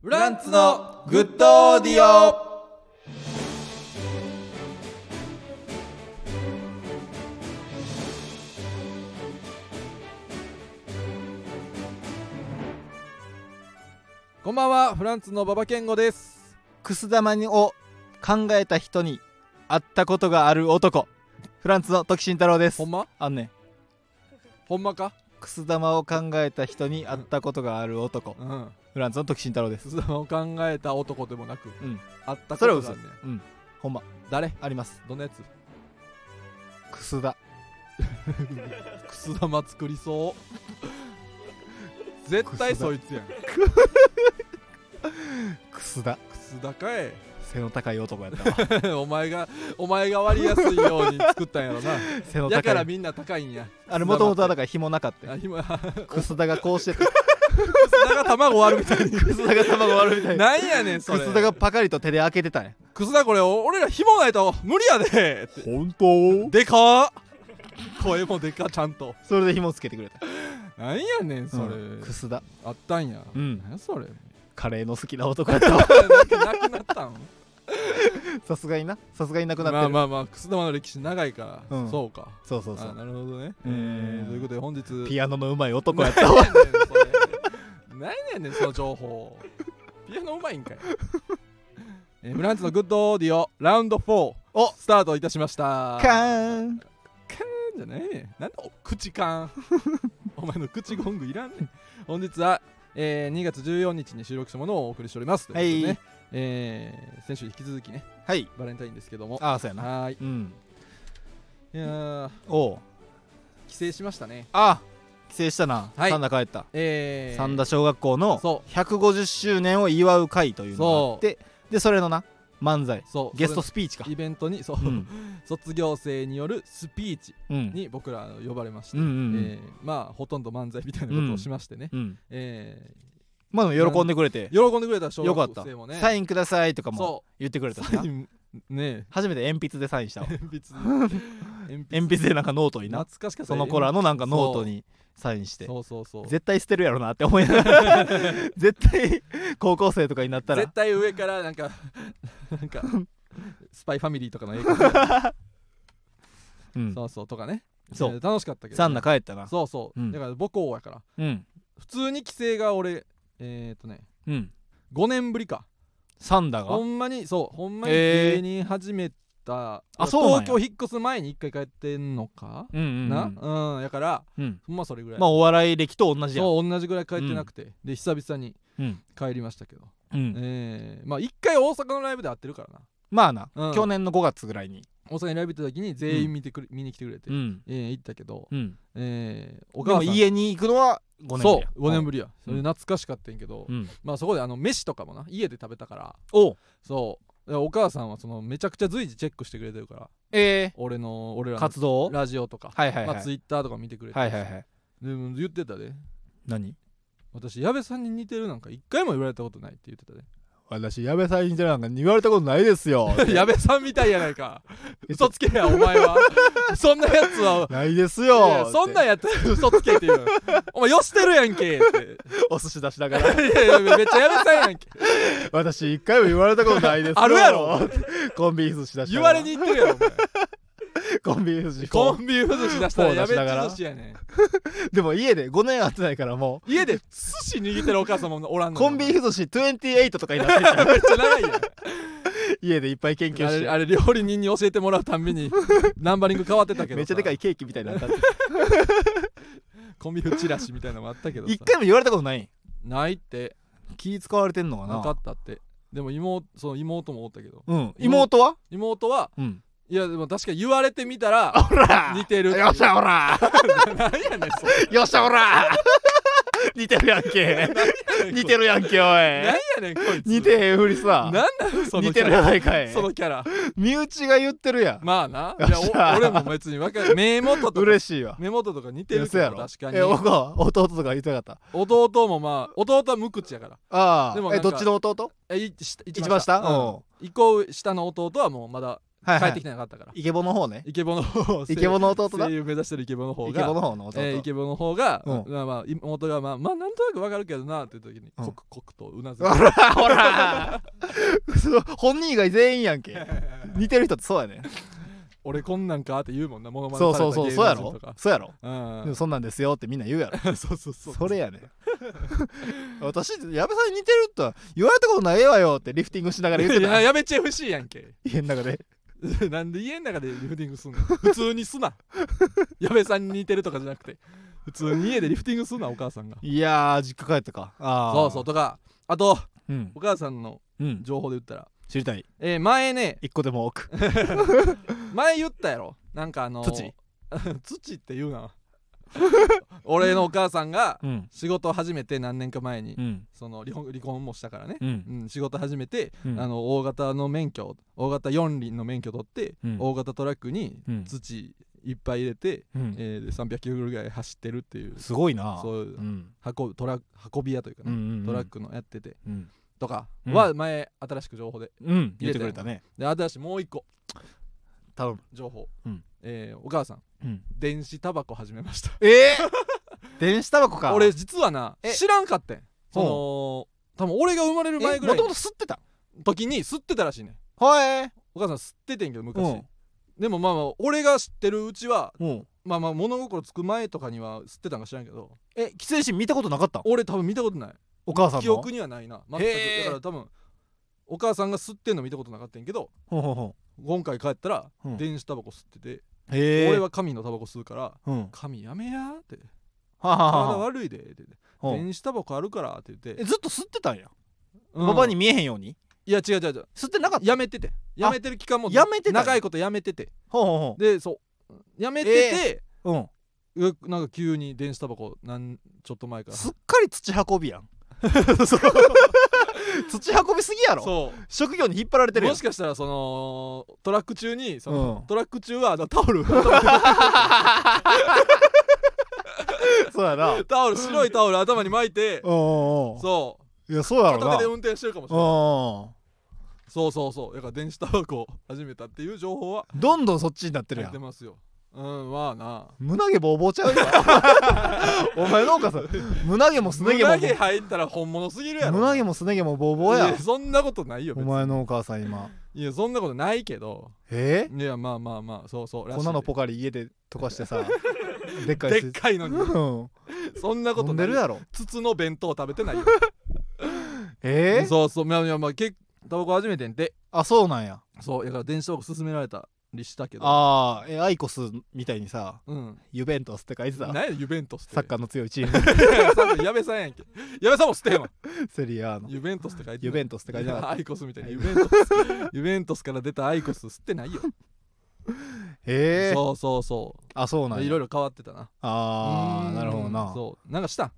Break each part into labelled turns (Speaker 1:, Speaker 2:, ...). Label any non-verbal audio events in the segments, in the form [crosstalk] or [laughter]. Speaker 1: フランツのグッドオーディオこんばんはフランツの馬場健吾です
Speaker 2: くす玉を考えた人に会ったことがある男フランスの時慎太郎です
Speaker 1: ほんま
Speaker 2: あのね
Speaker 1: ほんまか
Speaker 2: くす玉を考えた人に会ったことがある男
Speaker 1: うん
Speaker 2: フランスの時慎太郎です
Speaker 1: その考えた男でもなく、
Speaker 2: うん
Speaker 1: あった
Speaker 2: そ
Speaker 1: こ
Speaker 2: れは
Speaker 1: と
Speaker 2: 嘘
Speaker 1: があんねん
Speaker 2: うんほんま
Speaker 1: 誰
Speaker 2: あります
Speaker 1: どんなやつ
Speaker 2: くすだ
Speaker 1: くす玉作り
Speaker 2: [laughs]
Speaker 1: そう絶対
Speaker 2: くすだ
Speaker 1: そいつやんく
Speaker 2: くすだ
Speaker 1: すだかい
Speaker 2: 背の高い男やった
Speaker 1: [laughs]
Speaker 2: わ
Speaker 1: お前がお前が割りやすいように作ったんやろな
Speaker 2: 背の
Speaker 1: だか
Speaker 2: [laughs] 高
Speaker 1: ら
Speaker 2: い
Speaker 1: みんな高いんや
Speaker 2: あれもともとはだ
Speaker 1: か
Speaker 2: から紐なかったよ
Speaker 1: 今
Speaker 2: くすだがこうして
Speaker 1: [laughs] 砂が卵割るみたいに
Speaker 2: くすだが卵割るみたいな
Speaker 1: なんやねん [laughs] そ
Speaker 2: く
Speaker 1: れ
Speaker 2: すだがパカリと手で開けてたんや
Speaker 1: くすだこれ俺ら紐ないと無理やでって
Speaker 2: 本当
Speaker 1: でかっ声もでかちゃんと
Speaker 2: それで紐つけてくれた
Speaker 1: なんやねんそれ、
Speaker 2: うんくすだ
Speaker 1: あったんや、
Speaker 2: うん
Speaker 1: なんやそれ
Speaker 2: カレーの好きな男やった
Speaker 1: な
Speaker 2: わ [laughs]
Speaker 1: んかなくなったん
Speaker 2: さすがになさすがになくなって
Speaker 1: ま
Speaker 2: る
Speaker 1: あまあまあくす玉の歴史長いから、
Speaker 2: うん
Speaker 1: そうか
Speaker 2: そうそうそ
Speaker 1: あ
Speaker 2: う
Speaker 1: なるほどね、え
Speaker 2: うん
Speaker 1: ー、ということで本日
Speaker 2: ピアノの上手い
Speaker 1: ど
Speaker 2: 男
Speaker 1: こ
Speaker 2: や
Speaker 1: [laughs]
Speaker 2: っ
Speaker 1: った
Speaker 2: た
Speaker 1: わ
Speaker 2: わ
Speaker 1: 何やねんその情報ピアノうまいんかいえーフランスのグッドオーディオラウンド4
Speaker 2: お
Speaker 1: スタートいたしました
Speaker 2: カーン
Speaker 1: じゃないねなんでお口かん [laughs] お前の口ゴングいらんねん本日は、えー2月14日に収録したものをお送りしておりますということでね、
Speaker 2: はい
Speaker 1: えー先週に引き続きね
Speaker 2: はい
Speaker 1: バレンタインですけども
Speaker 2: ああそうやな
Speaker 1: はーい
Speaker 2: うん
Speaker 1: いやー
Speaker 2: おう
Speaker 1: 帰省しましたね
Speaker 2: あ帰省したな、
Speaker 1: はい
Speaker 2: 三田帰った、
Speaker 1: えー、
Speaker 2: 三田小学校の
Speaker 1: そ
Speaker 2: 150周年を祝う会というのがあってでそれのな漫才
Speaker 1: そう
Speaker 2: ゲスト
Speaker 1: そ
Speaker 2: スピーチか
Speaker 1: れのイベントにそう、
Speaker 2: うん
Speaker 1: 卒業生によるスピーチ
Speaker 2: うん
Speaker 1: に僕ら呼ばれまし
Speaker 2: う
Speaker 1: て、
Speaker 2: んうんうん
Speaker 1: えーまあほとんど漫才みたいなことをしましてね、
Speaker 2: うん
Speaker 1: え
Speaker 2: まあでも喜んでくれて
Speaker 1: ー喜んでくれた小
Speaker 2: よかっ
Speaker 1: 学
Speaker 2: た
Speaker 1: 生もね
Speaker 2: サインくださいとかも
Speaker 1: そ
Speaker 2: 言ってくれた
Speaker 1: う
Speaker 2: し
Speaker 1: サ
Speaker 2: な
Speaker 1: インね
Speaker 2: 初めて鉛筆でサインしたわ
Speaker 1: 鉛筆
Speaker 2: [laughs]
Speaker 1: 鉛筆
Speaker 2: 鉛筆でなんかノートにな
Speaker 1: 懐かしかった
Speaker 2: その頃のなんかノートにサインして
Speaker 1: そうそうそう
Speaker 2: 絶対捨てるやろなって思いなが
Speaker 1: [laughs]
Speaker 2: ら絶対高校生とかになったら
Speaker 1: 絶対上からなんか [laughs] なん
Speaker 2: [laughs]
Speaker 1: かスパイファミリーとかの映画
Speaker 2: うん
Speaker 1: そうそうとかね
Speaker 2: そう
Speaker 1: えー楽しかったけど
Speaker 2: サン
Speaker 1: ね
Speaker 2: ダ帰ったな
Speaker 1: そうそう、
Speaker 2: うん
Speaker 1: だから母校やから
Speaker 2: うん
Speaker 1: 普通に帰省が俺えっ、ー、とね
Speaker 2: うん
Speaker 1: 5年ぶりか
Speaker 2: サンダが
Speaker 1: ほんまにそうほんまに
Speaker 2: え
Speaker 1: 芸
Speaker 2: ー
Speaker 1: 人始めた、
Speaker 2: あそうなんや
Speaker 1: 東京引っ越す前に一回帰ってんのか、
Speaker 2: うんうんう
Speaker 1: なんうんやから
Speaker 2: うん
Speaker 1: ほんまそれぐらい、
Speaker 2: まあお笑い歴と同じやん
Speaker 1: そう同じぐらい帰ってなくて、で久々に
Speaker 2: うん
Speaker 1: 帰りましたけど、
Speaker 2: うん
Speaker 1: えー、まあ一回大阪のライブで会ってるからな
Speaker 2: まあな
Speaker 1: うん
Speaker 2: 去年の5月ぐらいに
Speaker 1: 大阪にライブ行った時に全員見てくれ、見に来てくれて、
Speaker 2: うん
Speaker 1: えー行ったけど、
Speaker 2: うん
Speaker 1: えー、お
Speaker 2: で
Speaker 1: 母
Speaker 2: も
Speaker 1: さん
Speaker 2: 家に行くのは5年ぶりや
Speaker 1: そう5年
Speaker 2: ぶ
Speaker 1: ぶりや、それ懐かしかったんやけど、
Speaker 2: うん
Speaker 1: まあそこであの飯とかもな家で食べたから
Speaker 2: お
Speaker 1: そうでお母さんはそのめちゃくちゃ随時チェックしてくれてるから
Speaker 2: え
Speaker 1: 俺の俺ら
Speaker 2: ー
Speaker 1: の
Speaker 2: 活動
Speaker 1: ラジオとか、
Speaker 2: はいはいは
Speaker 1: まあ、
Speaker 2: い
Speaker 1: ツイッターとか見てくれて、
Speaker 2: はいはいはい
Speaker 1: でも言ってたで
Speaker 2: 何
Speaker 1: 私矢部さんに似てるなんか一回も言われたことないって言ってたで
Speaker 2: 私矢部さんになんか言われたことないですよ [laughs]
Speaker 1: 矢部さんみたいやないか嘘つけやお前はそんなやつは
Speaker 2: ないです
Speaker 1: いやいやそんなんやったら嘘つけって言うのお前よしてるやんけ
Speaker 2: [laughs]
Speaker 1: って
Speaker 2: お寿司出しながら
Speaker 1: いやいやめっちゃ矢部さんやんけ
Speaker 2: 私一回も言われたことないです
Speaker 1: あるやろ
Speaker 2: コンビニ寿司出し
Speaker 1: 言
Speaker 2: な
Speaker 1: わ
Speaker 2: が
Speaker 1: れ
Speaker 2: ら
Speaker 1: に行ってる
Speaker 2: [laughs]
Speaker 1: やろお前
Speaker 2: コンビニ寿司
Speaker 1: コンビニ寿司出したらや
Speaker 2: フォー出
Speaker 1: べ
Speaker 2: しなが
Speaker 1: っ
Speaker 2: ら
Speaker 1: ち寿司やねん
Speaker 2: でも家で5年会ってないからも
Speaker 1: 家で寿司握ってるお母さんもおらん
Speaker 2: う
Speaker 1: の
Speaker 2: コンビニ寿司28とかになってた
Speaker 1: めっちゃ長いやん
Speaker 2: 家でいっぱい研究
Speaker 1: あ
Speaker 2: し
Speaker 1: れあ
Speaker 2: て
Speaker 1: れ料理人に教えてもらうたんびにナンバリング変わってたけどさ
Speaker 2: めっちゃでかいケーキみたいになったって
Speaker 1: コンビニチラシみたいなのもあったけどさ
Speaker 2: 一回も言われたことない
Speaker 1: ないって
Speaker 2: 気使われてんのか
Speaker 1: なか
Speaker 2: な
Speaker 1: ったってでも妹その妹もおったけど
Speaker 2: うん妹は
Speaker 1: 妹は
Speaker 2: うん
Speaker 1: いやでも確かに言われてみたら
Speaker 2: ほら
Speaker 1: 似てる
Speaker 2: よっしゃほら
Speaker 1: 何やねんそれ
Speaker 2: よっしゃほら似てるやんけ
Speaker 1: [laughs]
Speaker 2: 似てるやんけお
Speaker 1: 何や
Speaker 2: い
Speaker 1: ねんこいつ
Speaker 2: 似てへんふり
Speaker 1: なん
Speaker 2: さ
Speaker 1: なのその
Speaker 2: 似
Speaker 1: キ
Speaker 2: て
Speaker 1: ャ
Speaker 2: るや
Speaker 1: ラ
Speaker 2: ないか
Speaker 1: [laughs]
Speaker 2: い
Speaker 1: そのキャラ
Speaker 2: 身内が言ってるやん
Speaker 1: まあな
Speaker 2: よっしゃ
Speaker 1: いやお俺も別に分かる目元とか
Speaker 2: 嬉しいわ
Speaker 1: 目元とか似てるけ
Speaker 2: や
Speaker 1: ど
Speaker 2: ろ
Speaker 1: 確かに
Speaker 2: え僕は弟とか言ってなかっ
Speaker 1: 弟もまあ弟は無口やから
Speaker 2: たあ
Speaker 1: でも
Speaker 2: あ
Speaker 1: な
Speaker 2: え
Speaker 1: んか
Speaker 2: どっちの弟
Speaker 1: えいし一
Speaker 2: 一番下
Speaker 1: うん一個下の弟はもうまだ
Speaker 2: はい
Speaker 1: 帰
Speaker 2: は
Speaker 1: ってき
Speaker 2: い
Speaker 1: てなかったから、
Speaker 2: イケボの方ね
Speaker 1: イケボの方を
Speaker 2: イケボの弟だ
Speaker 1: 声優目指してるイケボの方
Speaker 2: イケボ
Speaker 1: が
Speaker 2: の方の弟、
Speaker 1: えーイケボの方が、
Speaker 2: うん
Speaker 1: まあまあ妹がまあまあなんとなくわかるけどなっていう時に
Speaker 2: うん
Speaker 1: コクコクとうなずいて
Speaker 2: ほらほ
Speaker 1: [laughs]
Speaker 2: らそう本人以外全員やんけ似てる人ってそうやね
Speaker 1: 俺こんなんかって言うもんなモノマネさ
Speaker 2: そ
Speaker 1: れ
Speaker 2: う
Speaker 1: た
Speaker 2: そうそう
Speaker 1: 芸
Speaker 2: そうや
Speaker 1: 能人
Speaker 2: ろ
Speaker 1: とか
Speaker 2: そうやろ
Speaker 1: うん [laughs]
Speaker 2: でもそんなんですよってみんな言うやろ
Speaker 1: そうそうそう
Speaker 2: それやね私矢部さん [laughs] に似てるとは言われたことないわよってリフティングしながら言って
Speaker 1: いや
Speaker 2: た
Speaker 1: やめちゃ FC やんけ [laughs]
Speaker 2: 家の中で
Speaker 1: なんで家の中でリフティングすんの普通にすな [laughs] 矢部さんに似てるとかじゃなくて普通に家でリフティングすんなお母さんが
Speaker 2: いやー実家帰ったかああ
Speaker 1: そうそうとかあと
Speaker 2: ううん
Speaker 1: お母さんの
Speaker 2: うん
Speaker 1: 情報で言ったら
Speaker 2: 知りたい
Speaker 1: えー前ね
Speaker 2: 一個でも多く
Speaker 1: 前言ったやろなんかあの
Speaker 2: 土
Speaker 1: [laughs] 土って言うな [laughs] 俺のお母さんが
Speaker 2: うん
Speaker 1: 仕事を始めて何年か前に
Speaker 2: うん
Speaker 1: その離婚離婚もしたからね
Speaker 2: う
Speaker 1: うんん仕事始めて
Speaker 2: うん
Speaker 1: あの大型の免許大型4輪の免許取って
Speaker 2: うん
Speaker 1: 大型トラックに
Speaker 2: うん
Speaker 1: 土いっぱい入れて
Speaker 2: うん
Speaker 1: えーで300キロぐらい走ってるっていう
Speaker 2: すごいな
Speaker 1: そういう
Speaker 2: うん
Speaker 1: 運ぶトラ運び屋というか
Speaker 2: う
Speaker 1: ね
Speaker 2: ん
Speaker 1: トラックのやってて
Speaker 2: うん
Speaker 1: とか
Speaker 2: うん
Speaker 1: は前新しく情報で
Speaker 2: うん言ってくれたね
Speaker 1: で新しいもう一個
Speaker 2: 頼む
Speaker 1: 情報
Speaker 2: うん
Speaker 1: えーお母さん
Speaker 2: うん
Speaker 1: 電子タバコ始めました
Speaker 2: えー [laughs] 電子タバコか
Speaker 1: 俺実はな
Speaker 2: え
Speaker 1: 知らんかってんその多分俺が生まれる前ぐらい
Speaker 2: もとも
Speaker 1: の
Speaker 2: と吸ってた
Speaker 1: 時に吸ってたらしいねん
Speaker 2: はい
Speaker 1: お母さん吸っててんけど
Speaker 2: う
Speaker 1: 昔
Speaker 2: ん
Speaker 1: でもまあまあ俺が知ってるうちは
Speaker 2: うん
Speaker 1: まあまあ物心つく前とかには吸ってたんか知らんけど
Speaker 2: え喫煙シーン見たことなかった
Speaker 1: 俺多分見たことない
Speaker 2: お母さんの
Speaker 1: 記憶にはないな全く
Speaker 2: へー
Speaker 1: だから多分お母さんが吸ってんの見たことなかったんやけど
Speaker 2: ほうほうほ
Speaker 1: 今回帰ったら
Speaker 2: うん
Speaker 1: 電子タバコ吸ってて、
Speaker 2: うへえ
Speaker 1: 俺は神のタバコ吸うから
Speaker 2: うん
Speaker 1: 「神やめや」って
Speaker 2: はは
Speaker 1: 「
Speaker 2: は
Speaker 1: 体
Speaker 2: は
Speaker 1: 悪いで」って言って「
Speaker 2: うん
Speaker 1: 電子タバコあるから」って言って
Speaker 2: えずっと吸ってたんや
Speaker 1: 「うん
Speaker 2: パパに見えへんように
Speaker 1: いや違う違う違う
Speaker 2: 吸ってなかった
Speaker 1: やめててやめてる期間も
Speaker 2: やめてたんや
Speaker 1: 長いことやめてて
Speaker 2: ほうほ
Speaker 1: でそうやめて
Speaker 2: うほううん
Speaker 1: て、うなんか急に電子タバコなんちょっと前から
Speaker 2: すっかり土運びや
Speaker 1: [laughs]
Speaker 2: んそう [laughs] 土運びすぎやろ
Speaker 1: そ
Speaker 2: 職業に引っ張られて
Speaker 1: う
Speaker 2: るや
Speaker 1: も
Speaker 2: ん
Speaker 1: しかしたらそのトラック中にその、
Speaker 2: うん
Speaker 1: トラック中はあのタオル [laughs]
Speaker 2: そうやな
Speaker 1: タオル白いタオル頭に巻いて
Speaker 2: おう
Speaker 1: そ
Speaker 2: いやそう
Speaker 1: う
Speaker 2: やろ
Speaker 1: 片手
Speaker 2: な
Speaker 1: で運転してるかもしれない
Speaker 2: お
Speaker 1: そうそうそうだから電子タバコを始めたっていう情報は
Speaker 2: どんどんそっちになってる
Speaker 1: 入
Speaker 2: や
Speaker 1: って
Speaker 2: ん
Speaker 1: ますようんまあな
Speaker 2: 胸毛ボーボーちゃうや
Speaker 1: [laughs]
Speaker 2: んお前のお母さん胸毛もすね
Speaker 1: 胸
Speaker 2: 毛も
Speaker 1: 毛入ったら本物すぎるやろ
Speaker 2: 胸毛もすね毛もボーボー
Speaker 1: い
Speaker 2: や
Speaker 1: やそんなことないよ
Speaker 2: お
Speaker 1: 別に
Speaker 2: 前のお母さん今
Speaker 1: いやそんなことないけど
Speaker 2: え
Speaker 1: いやまあまあまあそうそうらしい
Speaker 2: 粉のポカリ家で溶かし
Speaker 1: [laughs]
Speaker 2: てさでっかい
Speaker 1: で
Speaker 2: し
Speaker 1: っかいのに
Speaker 2: うん
Speaker 1: そんなこと
Speaker 2: 飲んで
Speaker 1: ない
Speaker 2: るやろ
Speaker 1: 筒の弁当食べてないよ
Speaker 2: えー、
Speaker 1: そうそうまあまあまあ結タバコ初めてんて
Speaker 2: あそうなんや
Speaker 1: そうだから電子タバコ勧められたりしたけど
Speaker 2: ああえアイコスみたいにさ
Speaker 1: うん
Speaker 2: ユベントスって書いてた
Speaker 1: 何やユベントスって
Speaker 2: サッカーの強い
Speaker 1: [laughs]
Speaker 2: チーム
Speaker 1: ーサッカー矢部さんやんけ矢部さんも捨てへんわ
Speaker 2: セリアの
Speaker 1: ユベントスって書いて
Speaker 2: ユベントスって書いてなかっ
Speaker 1: い [laughs]
Speaker 2: た
Speaker 1: やアイコスみたいにユベントスユベントスから出たアイコス吸ってないよ
Speaker 2: ええ
Speaker 1: そうそうそ
Speaker 2: あそうなん
Speaker 1: う
Speaker 2: や
Speaker 1: いろいろ変わってたな
Speaker 2: あ
Speaker 1: う
Speaker 2: あ
Speaker 1: ん
Speaker 2: なるほどな
Speaker 1: そうなんかしたん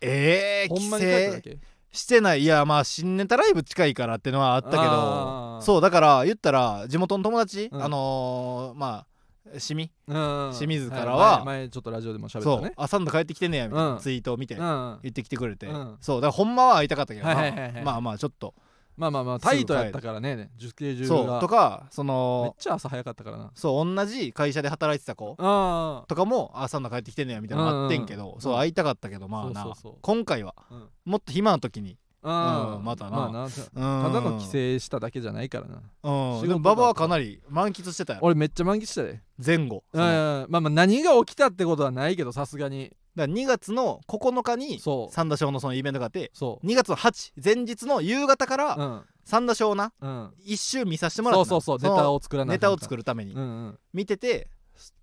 Speaker 2: ええ
Speaker 1: ほんま
Speaker 2: 規
Speaker 1: に帰っただ
Speaker 2: 制
Speaker 1: け
Speaker 2: してないいやまあ新ネタライブ近いからってのはあったけ
Speaker 1: あ
Speaker 2: ど
Speaker 1: ー
Speaker 2: そうだから言ったら地元の友達、
Speaker 1: うん
Speaker 2: あのー、まあシミ
Speaker 1: うん
Speaker 2: 清水からはい
Speaker 1: 前前ちょっとラジオでも喋った
Speaker 2: そう
Speaker 1: ね
Speaker 2: あサンド帰ってきてんねやみたいな、
Speaker 1: うん
Speaker 2: ツイートを見て、
Speaker 1: うん
Speaker 2: 言ってきてくれて、
Speaker 1: うん
Speaker 2: そうだからほんまは会いたかったけどな、
Speaker 1: はいはいはいはい
Speaker 2: まあまあちょっと
Speaker 1: まあまあまあタイトやったからね受刑中
Speaker 2: そう
Speaker 1: が
Speaker 2: とかそ
Speaker 1: めっ
Speaker 2: の
Speaker 1: ちゃ朝早かったからな
Speaker 2: そう同じ会社で働いてた子
Speaker 1: あ
Speaker 2: とかも「あサンド帰ってきてんねや」みたいなのあってんけど、
Speaker 1: うん
Speaker 2: そう会いたかったけどまあな
Speaker 1: そうそうそう
Speaker 2: 今回は
Speaker 1: あうん
Speaker 2: もっと暇な時に
Speaker 1: ああ
Speaker 2: うんまたな
Speaker 1: まあな
Speaker 2: た
Speaker 1: ただの帰省しただけじゃないからな
Speaker 2: うん
Speaker 1: 仕
Speaker 2: で
Speaker 1: 事
Speaker 2: も馬場はかなり満喫してたよ
Speaker 1: 俺めっちゃ満喫したで
Speaker 2: 前後
Speaker 1: う
Speaker 2: そのだ
Speaker 1: ん
Speaker 2: か
Speaker 1: まあまあ何が起きたってことはないけどさすがに
Speaker 2: ら2月の9日に
Speaker 1: そう
Speaker 2: 三田小のそのイベントがあって
Speaker 1: そう
Speaker 2: 2月の8前日の夕方か
Speaker 1: う
Speaker 2: ら
Speaker 1: ん
Speaker 2: 三田小な
Speaker 1: うん
Speaker 2: 一周見させてもら
Speaker 1: そう
Speaker 2: った
Speaker 1: そうそうネタを作らない
Speaker 2: ネタを作
Speaker 1: る
Speaker 2: るために
Speaker 1: うんうん
Speaker 2: 見てて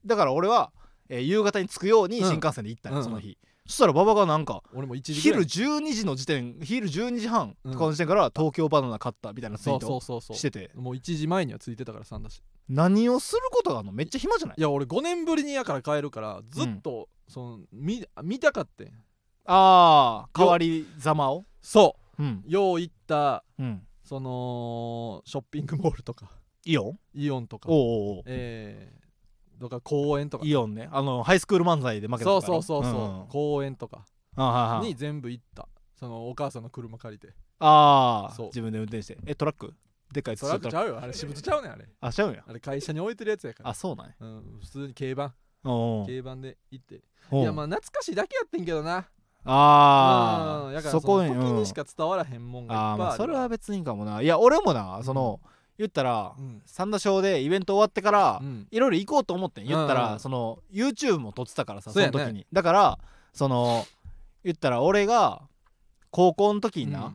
Speaker 2: だから俺は、えー夕方に着くように
Speaker 1: うん
Speaker 2: 新幹線で行ったよ、
Speaker 1: うん
Speaker 2: その日、そしたら馬場がなんか
Speaker 1: 俺も一時ぐら
Speaker 2: 昼
Speaker 1: い
Speaker 2: 12時の時点昼12時半
Speaker 1: うん
Speaker 2: とかの時点から東京バナナ買ったみたいなツイ
Speaker 1: そ
Speaker 2: ー
Speaker 1: う
Speaker 2: ト
Speaker 1: そ
Speaker 2: を
Speaker 1: うそうそう
Speaker 2: してて
Speaker 1: もう1時前にはついてたから3だし
Speaker 2: 何をすることがあるのめっちゃ暇じゃない
Speaker 1: いや俺5年ぶりにやから帰るからずっとその見見たかってん
Speaker 2: ああ変わりざまを
Speaker 1: そ
Speaker 2: うん
Speaker 1: うよう行った
Speaker 2: うん
Speaker 1: そのショッピングモールとか
Speaker 2: イオン
Speaker 1: イオンとか
Speaker 2: おうおうおう
Speaker 1: えー、とか公園とか
Speaker 2: イオンねあのハイスクール漫才で負け
Speaker 1: そ
Speaker 2: たと
Speaker 1: う
Speaker 2: こ
Speaker 1: そうそうそう、
Speaker 2: んん
Speaker 1: 公園とか
Speaker 2: あはいはい
Speaker 1: に全部行ったそのお母さんの車借りて
Speaker 2: あー
Speaker 1: そう
Speaker 2: 自分で運転してえトラックでっかいやつ
Speaker 1: そら
Speaker 2: 取っ
Speaker 1: く
Speaker 2: た
Speaker 1: ち
Speaker 2: ら
Speaker 1: ゃうよあれ私物ちゃうねんあれ
Speaker 2: あちゃうんや
Speaker 1: あれ会社に置いてるやつやから
Speaker 2: あそうなんや
Speaker 1: うん普通に競馬
Speaker 2: おー
Speaker 1: 競馬で行って
Speaker 2: お
Speaker 1: い
Speaker 2: い
Speaker 1: やまあ懐かしいだけやってんけどな
Speaker 2: あ
Speaker 1: うん
Speaker 2: あ
Speaker 1: やから
Speaker 2: そこに
Speaker 1: その時
Speaker 2: うん
Speaker 1: にしか伝わらへんもんがいっ
Speaker 2: あー
Speaker 1: ぱい
Speaker 2: まあ
Speaker 1: ある
Speaker 2: それは別にかもないや俺もなその言ったら
Speaker 1: うん
Speaker 2: 三田賞でイベント終わってから
Speaker 1: うん
Speaker 2: いろいろ行こうと思ってん言った
Speaker 1: うんう
Speaker 2: ら
Speaker 1: ん
Speaker 2: その YouTube も撮ってたからさそ
Speaker 1: そうや
Speaker 2: の
Speaker 1: ね
Speaker 2: 時にだからその言ったら俺が高校の時にな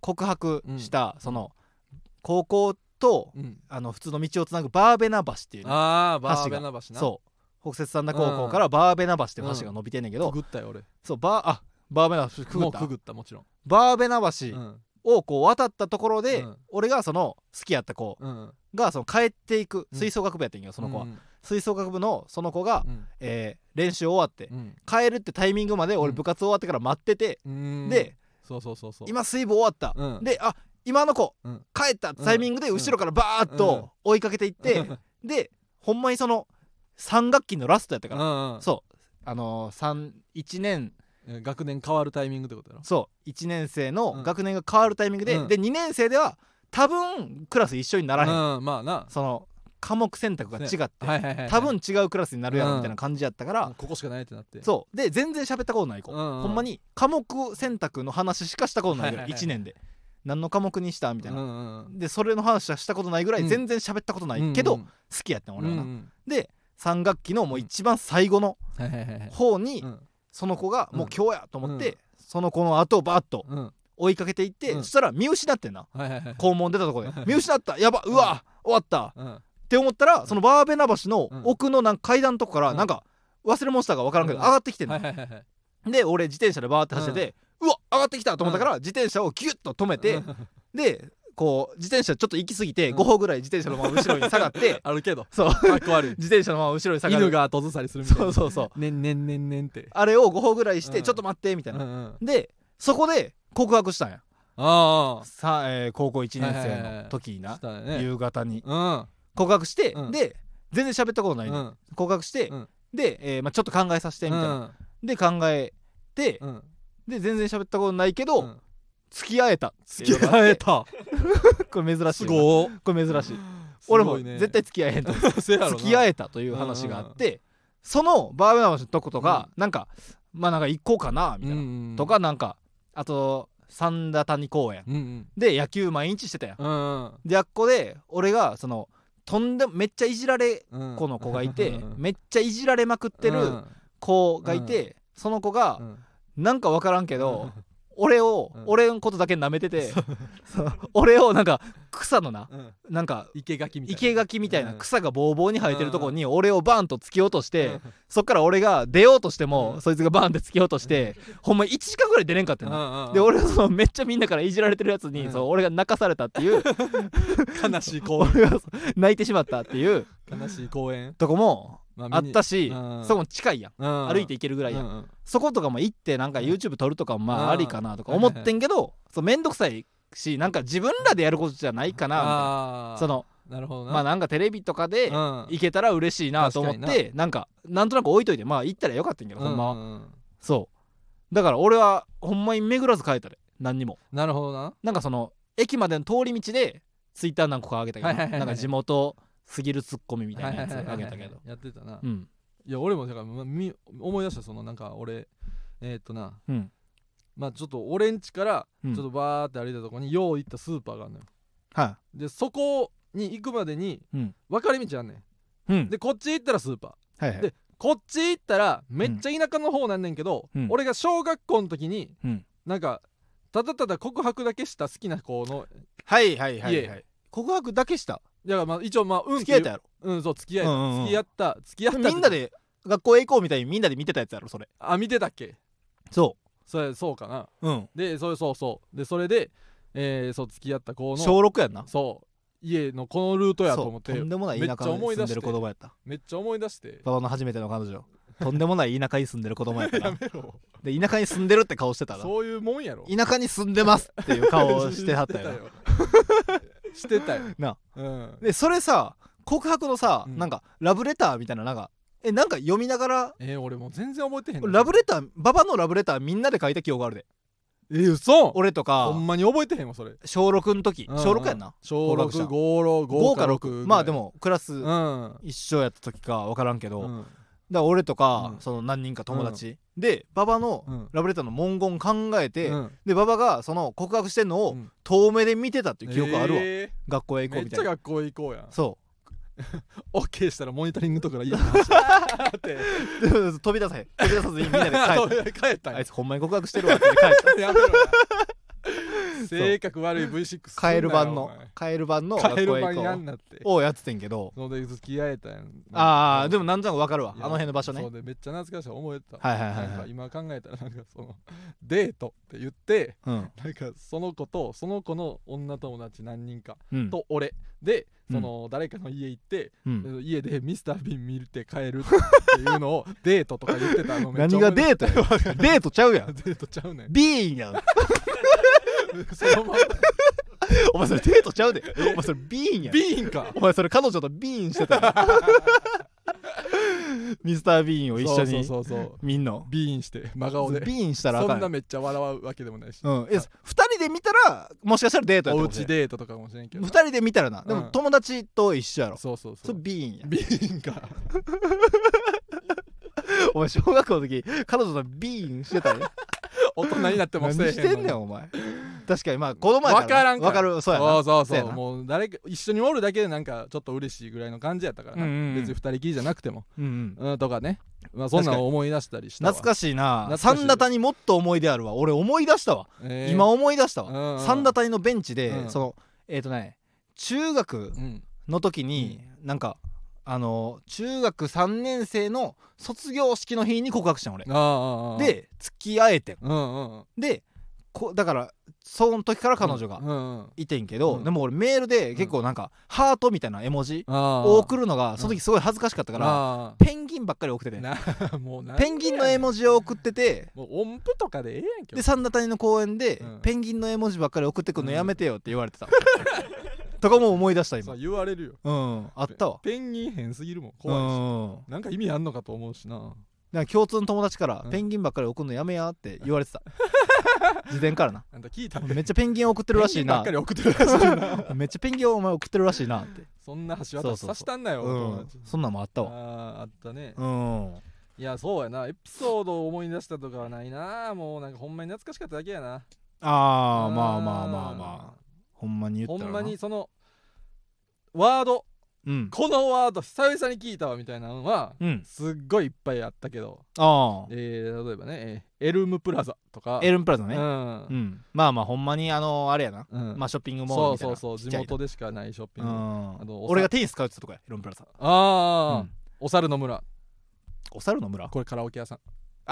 Speaker 2: 告白したその高校と
Speaker 1: うんうん
Speaker 2: あの普通の道をつなぐバーベナ橋っていうね
Speaker 1: ああバー
Speaker 2: 橋
Speaker 1: ベ
Speaker 2: が
Speaker 1: ナ橋な
Speaker 2: そう北摂三田高校からバーベナ橋っていう橋が伸びてんねんけど
Speaker 1: くぐったよ俺
Speaker 2: そうバーあバーベナ橋くぐ
Speaker 1: も
Speaker 2: っ
Speaker 1: う
Speaker 2: た
Speaker 1: くぐったもちろん
Speaker 2: バーベナ
Speaker 1: う
Speaker 2: 橋
Speaker 1: ん
Speaker 2: をこう渡ったところで、
Speaker 1: うん
Speaker 2: 俺がその好きやった子
Speaker 1: うん
Speaker 2: がその帰っていく
Speaker 1: うん
Speaker 2: 吹奏楽部やってんけどその子は、
Speaker 1: うん
Speaker 2: 吹奏楽部のその子が、
Speaker 1: うん
Speaker 2: えー練習終わって、
Speaker 1: うん
Speaker 2: 帰るってタイミングまで俺
Speaker 1: うん
Speaker 2: 部活終わってから待ってて、
Speaker 1: うん
Speaker 2: で
Speaker 1: そうそうそうそう
Speaker 2: 今水分終わった、
Speaker 1: うん
Speaker 2: であ今の子、
Speaker 1: うん
Speaker 2: 帰ったってタイミングで後ろからバーッと追いかけていって、
Speaker 1: [laughs]
Speaker 2: でほんまにその3学期のラストやったから、
Speaker 1: うんうん
Speaker 2: そうあのー、31年
Speaker 1: うん学年変わるタイミングってことやろ
Speaker 2: そう1年生
Speaker 1: うん
Speaker 2: の学年が変わるタイミングで、
Speaker 1: うん
Speaker 2: で2年生では多分クラス一緒にならへん、
Speaker 1: うんまあな
Speaker 2: その科目選択が違って、
Speaker 1: はいはいはい
Speaker 2: 多分違うクラスになるやろみたいな感じやったから、
Speaker 1: ここしかないってなって
Speaker 2: そうで全然喋ったことない子、
Speaker 1: うんうん
Speaker 2: ほんまに科目選択の話しかしたことないぐらい、
Speaker 1: はいはいはい
Speaker 2: 1年で何の科目にしたみたいな、
Speaker 1: うんうんうん
Speaker 2: でそれの話はしたことないぐら
Speaker 1: う
Speaker 2: い
Speaker 1: ん
Speaker 2: 全然喋ったことないけど、好きやってん
Speaker 1: うんう
Speaker 2: 俺
Speaker 1: ん
Speaker 2: は
Speaker 1: うん
Speaker 2: な、
Speaker 1: うん
Speaker 2: で3学期のもう一番最後の
Speaker 1: はいはいはいはい
Speaker 2: 方に、
Speaker 1: うん
Speaker 2: その子がもう今日やと思って、
Speaker 1: うん
Speaker 2: その子の後をバーッと
Speaker 1: うん
Speaker 2: 追いかけていって、
Speaker 1: うん
Speaker 2: そしたら見失ってんな
Speaker 1: はいはいはい
Speaker 2: 校門出たとこで
Speaker 1: うん
Speaker 2: 見失ったやばうわ、終わった
Speaker 1: うん
Speaker 2: って思ったらそのバーベナ橋の
Speaker 1: うん
Speaker 2: 奥のなんか階段のとこか
Speaker 1: う
Speaker 2: ら
Speaker 1: ん
Speaker 2: なんか忘れ物したか分からんけど
Speaker 1: うん
Speaker 2: 上がってきてんの
Speaker 1: はいはいはいはい
Speaker 2: で俺自転車でバーって走っててうわ上がってきたと思ったから自転車をギュッと止めて
Speaker 1: うん
Speaker 2: でこう自転車ちょっと行き過ぎて
Speaker 1: うん
Speaker 2: 5歩ぐらい自転車のまま後ろに下がって
Speaker 1: [laughs] あるけど
Speaker 2: そう
Speaker 1: かっこ悪い
Speaker 2: 自転車のまま後ろに下がる
Speaker 1: 犬が後ずさりするみたいな
Speaker 2: そうそうそう
Speaker 1: ねんねんねんねんって
Speaker 2: あれを5歩ぐらいし
Speaker 1: う
Speaker 2: て
Speaker 1: ん
Speaker 2: ちょっと待ってみたい
Speaker 1: うん
Speaker 2: な
Speaker 1: うん
Speaker 2: でそこで告白したんや
Speaker 1: あ
Speaker 2: さえー高校1年生の時に
Speaker 1: あ
Speaker 2: な
Speaker 1: したね
Speaker 2: 夕方に
Speaker 1: うん
Speaker 2: 告白して
Speaker 1: うん
Speaker 2: で全然喋ったことな
Speaker 1: う
Speaker 2: い
Speaker 1: ん
Speaker 2: の告白して
Speaker 1: うん
Speaker 2: でえーまあちょっと考えさせてみたいなで考えて、
Speaker 1: うんうん
Speaker 2: で全然喋ったことないけど、
Speaker 1: うん
Speaker 2: 付き合えた
Speaker 1: 付き合えた
Speaker 2: [laughs] これ珍しい
Speaker 1: す
Speaker 2: よ
Speaker 1: ご
Speaker 2: これ珍しい俺
Speaker 1: 俺
Speaker 2: も
Speaker 1: も [laughs]
Speaker 2: 絶対付き合えへんと思う
Speaker 1: 付
Speaker 2: 付き合
Speaker 1: え
Speaker 2: えたという話があって、そのバーベナ橋のとことか、なんかまあなんか行こうかなみたいな、とかなんかあと三田谷公園
Speaker 1: うんうん
Speaker 2: で野球毎日してたやん、
Speaker 1: うん
Speaker 2: であっこで俺がそのとんでもめっちゃいじられ
Speaker 1: うん
Speaker 2: 子の子がいて、
Speaker 1: うん
Speaker 2: めっちゃいじられまくって
Speaker 1: う
Speaker 2: る
Speaker 1: ん
Speaker 2: 子がいて、その子が、
Speaker 1: うん
Speaker 2: なんか分からんけど、
Speaker 1: うん
Speaker 2: 俺を、
Speaker 1: うん
Speaker 2: 俺のことだけ舐めててそう俺をなんか草のな
Speaker 1: うん
Speaker 2: なんか
Speaker 1: 生垣みたいな
Speaker 2: 生垣みたいな
Speaker 1: うん
Speaker 2: 草がボーボーに生えてるとこに俺をバンと突き落として、
Speaker 1: うん
Speaker 2: そっから俺が出ようとしても、
Speaker 1: うん
Speaker 2: そいつがバンって突き落として、ほんま1時間ぐらい出れんかった
Speaker 1: うん
Speaker 2: よな、
Speaker 1: うんうん
Speaker 2: で俺はそのめっちゃみんなからいじられてるやつに、
Speaker 1: うん
Speaker 2: そう俺が泣かされたっていう
Speaker 1: 悲しい公
Speaker 2: 俺がそう泣いてしまったっていう
Speaker 1: 園悲しい公園
Speaker 2: とこも
Speaker 1: ま
Speaker 2: あったし、
Speaker 1: うん
Speaker 2: そこも近いやん、歩いて
Speaker 1: い
Speaker 2: 行けるぐ
Speaker 1: く
Speaker 2: らいやん、
Speaker 1: ん
Speaker 2: そことかも行ってなんか
Speaker 1: うん
Speaker 2: YouTube 撮るとかもま
Speaker 1: うん
Speaker 2: あありかなとか思ってんけどそうめんどくさいしなんか自分らでやることじゃないかなみたい
Speaker 1: あ
Speaker 2: な
Speaker 1: ー
Speaker 2: その
Speaker 1: なるほどな
Speaker 2: まあなんかテレビとかで
Speaker 1: 行
Speaker 2: 行けたら嬉しいなと思ってなんかなんとなく置いといてまあ行ったらよかったんやけどほんまは
Speaker 1: は
Speaker 2: そうだから俺はほんまに巡らず帰ったで何にも
Speaker 1: なるほどな
Speaker 2: なんかその駅までの通り道で Twitter 何個か上げた
Speaker 1: は
Speaker 2: け
Speaker 1: いはいは
Speaker 2: ど
Speaker 1: いはい
Speaker 2: なんか地元すぎるツッコミみたいなやつ
Speaker 1: はいは
Speaker 2: 上
Speaker 1: いはい
Speaker 2: げ
Speaker 1: はい
Speaker 2: たけど
Speaker 1: やってたな
Speaker 2: うん
Speaker 1: いや俺もだからまみ思い出したそのなんか俺えーっとな
Speaker 2: うん
Speaker 1: まあちょっと俺ん家からち
Speaker 2: う
Speaker 1: ょ
Speaker 2: ん
Speaker 1: っとバーって歩いたとこによう行ったスーパーがあるのよ
Speaker 2: は
Speaker 1: でそこに行くまでに
Speaker 2: うん
Speaker 1: 分かれ道あんね
Speaker 2: いうん
Speaker 1: んでこっち行ったらスーパー
Speaker 2: はいはい
Speaker 1: でこっち行ったらめっちゃ田舎の方なんねんけど、
Speaker 2: うん
Speaker 1: 俺が小学校の時に、
Speaker 2: うん
Speaker 1: なんかただただ告白だけした好きな子の
Speaker 2: はいはいはいはいい告白だけした
Speaker 1: だからまあ一応まあうん
Speaker 2: 付き合えた
Speaker 1: た
Speaker 2: やろ
Speaker 1: うんそう付き合えた、
Speaker 2: うんうんうん
Speaker 1: 付き合った付き合った
Speaker 2: みんなで学校へ行こうみたいにみんなで見てたやつやろそれ
Speaker 1: あ見てたっけ
Speaker 2: そ
Speaker 1: それそうかな
Speaker 2: ううん
Speaker 1: でそれそうそうでそれで、えーそう付き合った子の
Speaker 2: 小6やんな
Speaker 1: そう家のこのルートやと思っ
Speaker 2: そう
Speaker 1: て
Speaker 2: とんでもない田舎に住んでる子供やった
Speaker 1: めっちゃ思い出して
Speaker 2: パパの初めての彼女とんでもない田舎に住んでる子供やった
Speaker 1: や [laughs]
Speaker 2: な
Speaker 1: めろ
Speaker 2: で田舎に住んでるって顔してたら
Speaker 1: そういうもんやろ
Speaker 2: 田舎に住んでますっていう顔をしてはったよな
Speaker 1: [laughs] してたよしてたよ
Speaker 2: [laughs] な
Speaker 1: うん
Speaker 2: でそれさ告白のさ、
Speaker 1: うん
Speaker 2: なんかラブレターみたいななんかえなんか読みながら
Speaker 1: えー、俺もう全然覚えてへんねん
Speaker 2: ラブレターババのラブレターみんなで書いた記憶があるで
Speaker 1: えー、嘘
Speaker 2: 俺と
Speaker 1: ほ
Speaker 2: か
Speaker 1: んまに覚えてへんわそれ
Speaker 2: 小6の時
Speaker 1: うん
Speaker 2: 小6やんな
Speaker 1: 小
Speaker 2: 合格者
Speaker 1: 6五六
Speaker 2: 5か
Speaker 1: ぐら
Speaker 2: 6?
Speaker 1: い
Speaker 2: まあでもクラス
Speaker 1: うん
Speaker 2: 一緒やった時か分からんけど、
Speaker 1: う
Speaker 2: だか
Speaker 1: ん
Speaker 2: ら俺とか、
Speaker 1: うん
Speaker 2: その何人か友達、で馬場の
Speaker 1: うん
Speaker 2: ラブレターの文言考えて、
Speaker 1: うん
Speaker 2: で馬場がその告白してんのを
Speaker 1: うん
Speaker 2: 遠目で見てたっていう記憶あるわ、
Speaker 1: えー
Speaker 2: 学校へ行こ
Speaker 1: め
Speaker 2: う
Speaker 1: っ
Speaker 2: み
Speaker 1: ち
Speaker 2: た
Speaker 1: ゃ
Speaker 2: いな
Speaker 1: 学校行こうやん
Speaker 2: そ
Speaker 1: オッケーしたらモニタリングとか [laughs] からいい話って
Speaker 2: う [laughs] 飛び出さへん飛び出さずにみんなで帰
Speaker 1: [laughs] そ
Speaker 2: った
Speaker 1: れで帰ったん
Speaker 2: あ
Speaker 1: や
Speaker 2: いつほんまに告白してるわって言って帰
Speaker 1: [laughs]
Speaker 2: っ
Speaker 1: やめろや性格悪い V6
Speaker 2: たカエル版のカエル版の学校
Speaker 1: 帰
Speaker 2: へ
Speaker 1: る版や
Speaker 2: 行
Speaker 1: ん
Speaker 2: こ
Speaker 1: なって
Speaker 2: うをやっててんけど
Speaker 1: ので付き合えたやん
Speaker 2: ああで
Speaker 1: も
Speaker 2: もなんとなく分かるわあの辺の場所ね
Speaker 1: そうでめっちゃ懐かしい思えてた
Speaker 2: はいはいはい
Speaker 1: なん
Speaker 2: は
Speaker 1: か
Speaker 2: い、
Speaker 1: 今考えたらなんかその [laughs] デートって言って
Speaker 2: うん
Speaker 1: なんかその子とその子の女友達何人か
Speaker 2: うん
Speaker 1: と俺でその誰かの家行って
Speaker 2: うん、
Speaker 1: 家でミスタービン見て帰るっていうのを
Speaker 2: [laughs]
Speaker 1: デートとか言ってたのめっちゃ
Speaker 2: 何がデー
Speaker 1: [laughs]
Speaker 2: トやデートちゃうやん
Speaker 1: トデートちゃうねん
Speaker 2: ディーンやん
Speaker 1: そのまま
Speaker 2: お前それデートちゃうでお前それビーンやん
Speaker 1: ビーンか
Speaker 2: お前それ彼女とビーンしてた
Speaker 1: [laughs]
Speaker 2: やんミスタービーンを一緒に
Speaker 1: そうそうそうそう
Speaker 2: みんな
Speaker 1: ビーンして真顔で
Speaker 2: ビーンしたらあ
Speaker 1: そ
Speaker 2: か
Speaker 1: ん
Speaker 2: ん
Speaker 1: な
Speaker 2: やん
Speaker 1: めっちゃ笑うわけでもないし
Speaker 2: うんえ2人で見たらもしかしたらデートやっ
Speaker 1: お
Speaker 2: た
Speaker 1: う
Speaker 2: かもしれ
Speaker 1: ち
Speaker 2: ん
Speaker 1: デートとかもしれんけど
Speaker 2: 2
Speaker 1: な
Speaker 2: 人で見たらなで
Speaker 1: う
Speaker 2: も
Speaker 1: ん
Speaker 2: 友達と一緒やろ
Speaker 1: そうそうそ
Speaker 2: そうれビーンやん
Speaker 1: ビーンか
Speaker 2: お前小学校の時彼女とビーンして
Speaker 1: [laughs]
Speaker 2: たやん
Speaker 1: 大人になっても
Speaker 2: 何
Speaker 1: せえへんのに
Speaker 2: してんねんお前確かにまあ子供や
Speaker 1: わ
Speaker 2: から
Speaker 1: から
Speaker 2: なんわかるそうや
Speaker 1: そう
Speaker 2: な
Speaker 1: そう
Speaker 2: そう
Speaker 1: そ
Speaker 2: や
Speaker 1: う
Speaker 2: な
Speaker 1: もう誰か一緒におるだけでなんかちょっと嬉しいぐらいの感じやったからな、
Speaker 2: うんうんうん
Speaker 1: 別に二人きりじゃなくても、
Speaker 2: うんうん
Speaker 1: うん、とかね、まあ、そんなんを思い出したりしたわ
Speaker 2: 懐かしいな
Speaker 1: 懐かしい
Speaker 2: 三田谷もっと思い出あるわ俺思い出したわ
Speaker 1: えー
Speaker 2: 今思い出した
Speaker 1: うん
Speaker 2: わ
Speaker 1: うん
Speaker 2: 三田谷のベンチ
Speaker 1: う
Speaker 2: で
Speaker 1: ん
Speaker 2: そのえっとね中学
Speaker 1: うん
Speaker 2: の時になんかあの中学3年生の卒業式の日に告白したん俺
Speaker 1: ああああ
Speaker 2: で付き合えてん
Speaker 1: うんうんうん
Speaker 2: でこだからその時から彼女が
Speaker 1: うんうん
Speaker 2: いてんけど
Speaker 1: うん
Speaker 2: でも俺メールで結構なんかハートみたいな絵文字
Speaker 1: ああ
Speaker 2: を送るのがその時すごい恥ずかしかったから
Speaker 1: あ
Speaker 2: ペンギンばっかり送ってて
Speaker 1: あ
Speaker 2: ん
Speaker 1: な [laughs] もうなん
Speaker 2: ペンギンの絵文字を送ってて
Speaker 1: もう音符とかでええやんけ
Speaker 2: で三田谷の公園で、
Speaker 1: うん
Speaker 2: ペンギンの絵文字ばっかり送ってくるのやめてよって言わ
Speaker 1: [laughs]
Speaker 2: れてた、とかも思い出し
Speaker 1: そ
Speaker 2: た今
Speaker 1: う言われるよ
Speaker 2: うんあったわ
Speaker 1: ペンギン変すぎるもん
Speaker 2: うん
Speaker 1: 怖いしなんか意味あんのかと思うしな
Speaker 2: なんか共通の友達から、
Speaker 1: うん
Speaker 2: ペンギンばっかり送るのやめやって言われ
Speaker 1: [laughs]
Speaker 2: てた事前からな
Speaker 1: あんた聞いた
Speaker 2: めっちゃペンギン送ってるらしい
Speaker 1: [laughs] ペンギンば
Speaker 2: な
Speaker 1: っかり送ってるらしいな
Speaker 2: [laughs] めっちゃペンギンをお前送ってるらしいなって
Speaker 1: そんな橋渡しさしたんなよ
Speaker 2: う
Speaker 1: 友
Speaker 2: ん
Speaker 1: 達
Speaker 2: そんなんもあったわ
Speaker 1: あーあったね
Speaker 2: うん
Speaker 1: いやそうやなエピソードを思い出したとかはないなもうなんかほんまに懐かしかっただけやな
Speaker 2: あーまあまあまあまあほんまに言
Speaker 1: ほ
Speaker 2: った
Speaker 1: ん
Speaker 2: らな
Speaker 1: まにそのワード
Speaker 2: うん
Speaker 1: このワード久々に聞いたわみたいなのは
Speaker 2: うん
Speaker 1: すっごいいっぱいあったけど、
Speaker 2: ああ
Speaker 1: えー例えばね、えーエルムプラザとか
Speaker 2: エルンプラザ
Speaker 1: う
Speaker 2: ね
Speaker 1: ん
Speaker 2: う、んまあまあほんまにあのあれやな
Speaker 1: うん
Speaker 2: まあショッピング
Speaker 1: そ
Speaker 2: モ
Speaker 1: う
Speaker 2: ールみたい
Speaker 1: そ
Speaker 2: な
Speaker 1: うそう
Speaker 2: ちっ
Speaker 1: 地
Speaker 2: ちゃい
Speaker 1: 元でしかないショッピン
Speaker 2: う
Speaker 1: グ、あ
Speaker 2: ん
Speaker 1: の
Speaker 2: 俺がテニス買うってたとこやロンプラザ
Speaker 1: あ、
Speaker 2: うん
Speaker 1: お猿の村
Speaker 2: お猿の村あ
Speaker 1: これカラオケ屋さん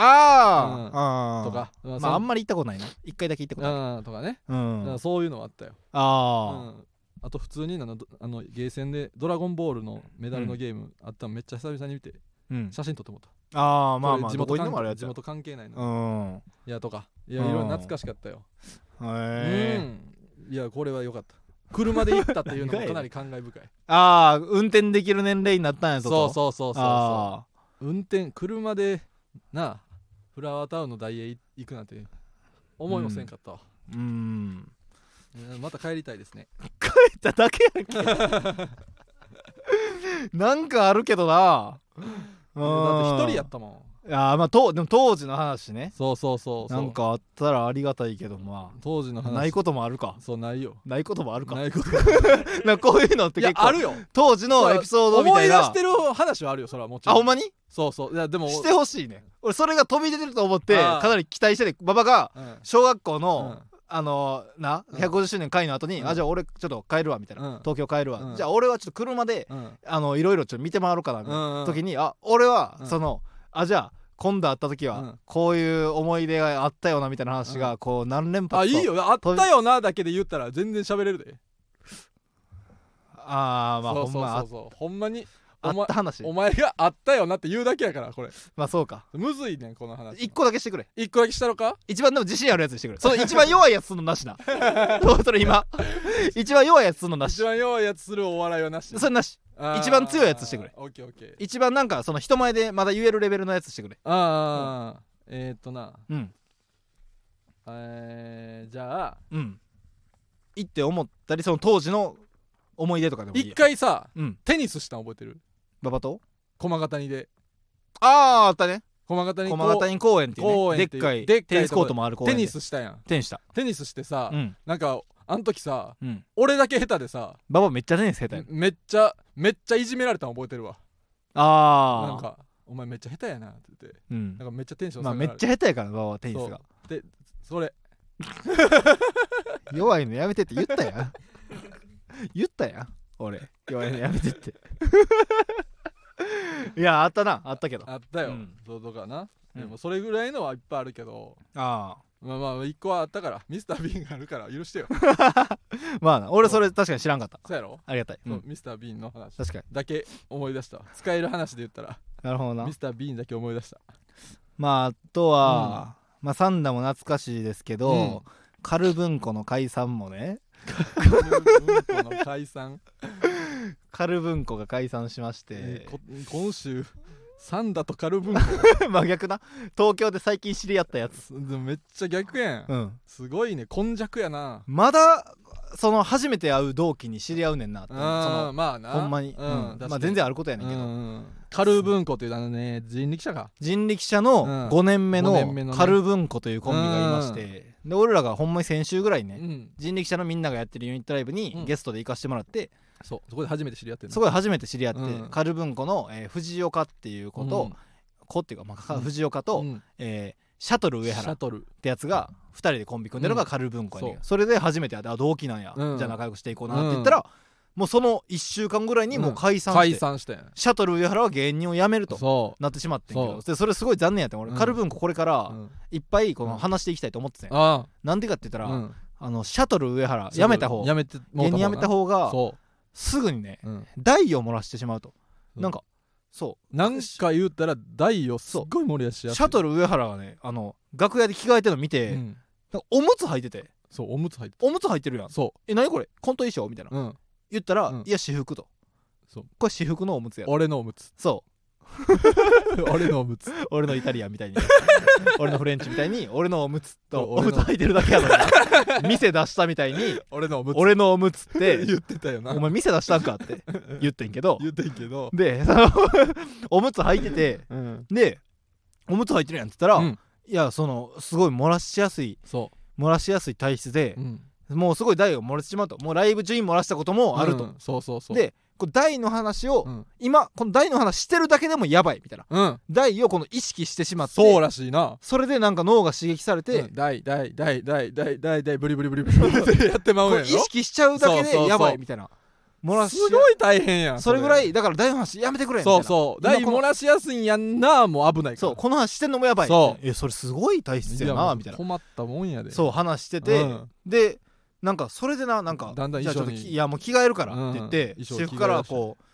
Speaker 2: あああ
Speaker 1: とか、う
Speaker 2: まああん
Speaker 1: ま
Speaker 2: まり行ったことないな一回だけ行ったことない
Speaker 1: うんとかね、
Speaker 2: う
Speaker 1: だから
Speaker 2: ん
Speaker 1: そういうのはあったよ
Speaker 2: あ
Speaker 1: うんあと普通にあのどあのゲーセンで「ドラゴンボール」のメダルのゲームあったのめっちゃ久々に見て
Speaker 2: ーうん
Speaker 1: 写真撮ってもらった、
Speaker 2: ああまあま
Speaker 1: こ
Speaker 2: あ
Speaker 1: れ地
Speaker 2: どこ
Speaker 1: 元
Speaker 2: にでもある
Speaker 1: 関
Speaker 2: やつ
Speaker 1: 地
Speaker 2: や
Speaker 1: 元関係ないの、い
Speaker 2: うんへ
Speaker 1: やとかいやいろいろ懐かしかったよ、う
Speaker 2: え
Speaker 1: んいやこれは良かった車で行ったっていう
Speaker 2: [laughs]
Speaker 1: のもかなり感慨深い
Speaker 2: ああ運転できる年齢になったんやぞ
Speaker 1: そう
Speaker 2: う
Speaker 1: そうそうそうそ
Speaker 2: あ
Speaker 1: う運転車でなあフラワータウンのダイエー行くなんて思いもせんかったわ、
Speaker 2: ーうん
Speaker 1: うんまた帰りたいですね
Speaker 2: 帰っただけやんけなんかあるけどなうん
Speaker 1: だって一人やったもん
Speaker 2: あーまあとでも当時の話ね
Speaker 1: そうそうそうそう
Speaker 2: なんかあったらありがたいけどま
Speaker 1: 当時の
Speaker 2: あ
Speaker 1: 話
Speaker 2: ないこともあるか
Speaker 1: そうないよ
Speaker 2: ないこともあるか
Speaker 1: ないこと
Speaker 2: なんかこういうのって
Speaker 1: いや
Speaker 2: 結構
Speaker 1: あるよ
Speaker 2: 当時のエピソードみたいな
Speaker 1: 思い出してる話はあるよそれはもちろ
Speaker 2: あ
Speaker 1: ん
Speaker 2: ほんまに
Speaker 1: そうそういやでも
Speaker 2: してほしいね俺それが飛び出てると思って
Speaker 1: あー
Speaker 2: かなり期待してて馬場が
Speaker 1: うん
Speaker 2: 小学校
Speaker 1: う
Speaker 2: の、
Speaker 1: ん
Speaker 2: あのーな
Speaker 1: うん
Speaker 2: 150周年会の後に、
Speaker 1: うん
Speaker 2: あじゃあ俺ちょっと帰るわみたいな、
Speaker 1: うん
Speaker 2: 東京帰るわ、
Speaker 1: うん
Speaker 2: じゃあ俺はちょっと車で
Speaker 1: うん
Speaker 2: あのいろいろちょっと見て回ろうかなみたいな、
Speaker 1: うん
Speaker 2: 時にあ俺は
Speaker 1: うん
Speaker 2: その、あじゃあ今度会った時
Speaker 1: う
Speaker 2: は
Speaker 1: ん
Speaker 2: こういう思い出があったよなみたいな話
Speaker 1: う
Speaker 2: がこう何連
Speaker 1: あ
Speaker 2: 発
Speaker 1: い
Speaker 2: と
Speaker 1: いよあったよなだけで言ったら全然喋れるで
Speaker 2: あーま
Speaker 1: そ
Speaker 2: あほ
Speaker 1: うんそう
Speaker 2: ま
Speaker 1: そ
Speaker 2: あ
Speaker 1: うそうほんまに
Speaker 2: あ
Speaker 1: お
Speaker 2: っ
Speaker 1: 前
Speaker 2: た話
Speaker 1: お前があったよなって言うだけやからこれ
Speaker 2: まあそうか
Speaker 1: むずいねんこの話
Speaker 2: 一個だけしてくれ
Speaker 1: 一個だけしたろか
Speaker 2: 一番でも自信あるやつにしてくれその一番弱いやつすんのな
Speaker 1: [laughs]
Speaker 2: しなそうそれ今一番弱いやつすんのなし
Speaker 1: 一番弱いやつするお笑いはなし
Speaker 2: それなし
Speaker 1: あー
Speaker 2: 一番強いやつしてくれ
Speaker 1: オッケーオッケー
Speaker 2: 一番なんかその人前でまだ言えるレベルのやつしてくれ
Speaker 1: ああえーっとな
Speaker 2: うん
Speaker 1: あえーじゃあ
Speaker 2: うん行って思ったりその当時の思い出とかでもい
Speaker 1: 一
Speaker 2: いや
Speaker 1: 回さ
Speaker 2: うん
Speaker 1: テニスしたん覚えてる
Speaker 2: 馬場と
Speaker 1: 駒形にで
Speaker 2: あああったね
Speaker 1: 駒形にこう
Speaker 2: 駒形に公園っていう,、ね、
Speaker 1: 公園って
Speaker 2: で
Speaker 1: い
Speaker 2: っ
Speaker 1: う
Speaker 2: かい
Speaker 1: でっかいとこ
Speaker 2: テニスコートもある公園
Speaker 1: テ
Speaker 2: で
Speaker 1: ニスしたやん
Speaker 2: テニスした
Speaker 1: テニスしてさ、
Speaker 2: うん
Speaker 1: なんかあの時さ
Speaker 2: うん
Speaker 1: 俺だけ下手でさ
Speaker 2: 馬場めっちゃテニス下手やん
Speaker 1: めっちゃめっちゃいじめられたの覚えてるわ
Speaker 2: ああ
Speaker 1: なんか「お前めっちゃ下手やな」って言って
Speaker 2: うん
Speaker 1: なんかめっちゃテンション
Speaker 2: まあ
Speaker 1: 下が
Speaker 2: め
Speaker 1: ら
Speaker 2: っちゃ下手やから馬場はテニスが
Speaker 1: でそれ
Speaker 2: 弱いのやめてって言ったや
Speaker 1: [laughs]
Speaker 2: ん言ったやん俺弱いのやめてって
Speaker 1: [laughs]
Speaker 2: いやあったなあったけどあ
Speaker 1: あったよ、
Speaker 2: うん
Speaker 1: そうとかな、
Speaker 2: うん
Speaker 1: でもそれぐらいのはいっぱいあるけど
Speaker 2: あ
Speaker 1: まあまあ一個はあったからミスター・ビーンがあるから許
Speaker 2: [laughs]
Speaker 1: してよ
Speaker 2: まあな俺それ確かに知らんかった
Speaker 1: そうやろ、
Speaker 2: ありがたい、う
Speaker 1: そうんミスター・ビーンの話
Speaker 2: 確かに
Speaker 1: だけ思い出した使える話で言ったら
Speaker 2: なるほどな
Speaker 1: ミスター・ビーンだけ思い出
Speaker 2: [laughs]
Speaker 1: した
Speaker 2: まああとは、まあサンダも懐かしいですけど、
Speaker 1: うん
Speaker 2: カルブンコの解散もね
Speaker 1: うんこの解散、
Speaker 2: カルブンコが解散しまして、
Speaker 1: えーこ今週サンダとカルブンコ
Speaker 2: [laughs] 真逆な東京で最近知り合ったやつ、
Speaker 1: でもめっちゃ逆やん、
Speaker 2: うん、
Speaker 1: すごいね根弱やな
Speaker 2: まだその初めて会う同期に知り合うねんなってそ
Speaker 1: あ
Speaker 2: の
Speaker 1: まあな
Speaker 2: ほんまに、
Speaker 1: う
Speaker 2: うんん
Speaker 1: 確かに
Speaker 2: まあ、全然あることやねん
Speaker 1: う
Speaker 2: けど、
Speaker 1: んうんカルブンコというあのね人力車か
Speaker 2: 人力車
Speaker 1: うん
Speaker 2: の5年目
Speaker 1: 五年目の
Speaker 2: の
Speaker 1: ね
Speaker 2: カルブンコというコンビがいまして、で俺らがほんまに先週ぐらいね、
Speaker 1: うん
Speaker 2: 人力車のみんながやってるユニットライブ
Speaker 1: うん
Speaker 2: にゲストで行かしてもらって、
Speaker 1: そうそこで初めて知り合ってる
Speaker 2: そこで初めて知り合って、
Speaker 1: うん
Speaker 2: カルブンコの、えー藤岡っていう子と、子っていうか、まあか
Speaker 1: うん
Speaker 2: 藤岡
Speaker 1: う
Speaker 2: と、
Speaker 1: ん
Speaker 2: えーシャトル上
Speaker 1: シャ
Speaker 2: 原っ
Speaker 1: トル
Speaker 2: てやつが2人でコンビ組んでるの
Speaker 1: う
Speaker 2: が
Speaker 1: ん
Speaker 2: カルブンコやねんけど
Speaker 1: そ
Speaker 2: それで初めて会ってあ同期なんや、
Speaker 1: うん
Speaker 2: じゃあ仲良くしていこうなって言ったら、もうその1週間ぐらいにもう解散して、
Speaker 1: 解散したやん
Speaker 2: シャトル上原は芸人を辞めると
Speaker 1: そ
Speaker 2: なってしまってんけ
Speaker 1: そ
Speaker 2: ど
Speaker 1: う
Speaker 2: でそれすごい残念やったん俺、
Speaker 1: うん
Speaker 2: カルブンコこれか
Speaker 1: う、
Speaker 2: ら
Speaker 1: うん
Speaker 2: いっぱいこ
Speaker 1: うん
Speaker 2: の話していきたいと思ってたんや、
Speaker 1: あ
Speaker 2: なんでかって言った
Speaker 1: あ、
Speaker 2: ら、
Speaker 1: うん、
Speaker 2: あのシャトル上原辞めた方
Speaker 1: やめても
Speaker 2: 芸人辞めた
Speaker 1: 方
Speaker 2: 方
Speaker 1: な
Speaker 2: が
Speaker 1: そ
Speaker 2: すぐにね
Speaker 1: う、うん、
Speaker 2: 台を漏らしてしまうと、
Speaker 1: うん
Speaker 2: なんかそ
Speaker 1: なんか言うたら大をすっごい盛り出し
Speaker 2: う
Speaker 1: やすい
Speaker 2: シャトル上原がねあの楽屋で着替えてるの見て、
Speaker 1: うん、
Speaker 2: なんかおむつ履いてて
Speaker 1: そうおむつ入って
Speaker 2: おむつ履いてるやん
Speaker 1: たそ
Speaker 2: え何これコント衣装みたいな
Speaker 1: う、うん、
Speaker 2: 言ったら、
Speaker 1: うん
Speaker 2: いや私服と
Speaker 1: そう
Speaker 2: これ私服のおむつや
Speaker 1: 俺のおむ
Speaker 2: [laughs]
Speaker 1: つ
Speaker 2: そ
Speaker 1: 俺のおむつ
Speaker 2: う俺のイタリアンみ
Speaker 1: [laughs]
Speaker 2: たいに俺のフレンチみたいに俺のおむつと
Speaker 1: お
Speaker 2: おむつ
Speaker 1: 俺
Speaker 2: 履いてるだけやのに
Speaker 1: [laughs]
Speaker 2: な店出したみたいに
Speaker 1: 俺のおむつ
Speaker 2: 俺のおむつっ
Speaker 1: って
Speaker 2: て
Speaker 1: 言ってたよな
Speaker 2: お前店出したんかって言ってんけど
Speaker 1: [laughs] 言ってんけど、
Speaker 2: でその [laughs] おむつ履いてて
Speaker 1: うん、
Speaker 2: でおむつ履いてるやんって言ったら、
Speaker 1: うん
Speaker 2: いやそのすごい漏らしやすい
Speaker 1: そ
Speaker 2: 漏らしやすい体質で
Speaker 1: う、う、ん、
Speaker 2: もうすごい台を漏らしてしまうともうライブ中に漏らしたこともあると、
Speaker 1: うんそうそうそう、
Speaker 2: でこう台の話を、
Speaker 1: うん
Speaker 2: 今この台の話してるだけでもやばいみたいな
Speaker 1: うん、
Speaker 2: 台をこの意識してしまって
Speaker 1: そうらしいな
Speaker 2: それでなんか脳が刺激されて、
Speaker 1: うん大大大大大大大ブリブリブリブリってやってまう
Speaker 2: こ
Speaker 1: ん
Speaker 2: う
Speaker 1: や
Speaker 2: 意
Speaker 1: ろ
Speaker 2: 識しちゃうだけ
Speaker 1: そうそうそ
Speaker 2: で
Speaker 1: う
Speaker 2: やばいみたいな漏らし
Speaker 1: すごい大変やん
Speaker 2: それぐらいだから台の話やめてくれみたい
Speaker 1: そう
Speaker 2: な
Speaker 1: そう
Speaker 2: 今
Speaker 1: 大
Speaker 2: この
Speaker 1: 漏らしやすいんやんなもう危ないから
Speaker 2: そうこの話してんのもやばい
Speaker 1: そう
Speaker 2: えそれすごい体質
Speaker 1: いや
Speaker 2: やな
Speaker 1: もう
Speaker 2: みたいな
Speaker 1: 困ったもんやでう
Speaker 2: そう話してて、
Speaker 1: うん
Speaker 2: でなんかそれでななんか
Speaker 1: だんだん
Speaker 2: じゃあちょっ
Speaker 1: 衣
Speaker 2: と
Speaker 1: 装に
Speaker 2: きいやもう着替えるからって言って、
Speaker 1: うん衣装
Speaker 2: 私
Speaker 1: 着替え
Speaker 2: 服からこう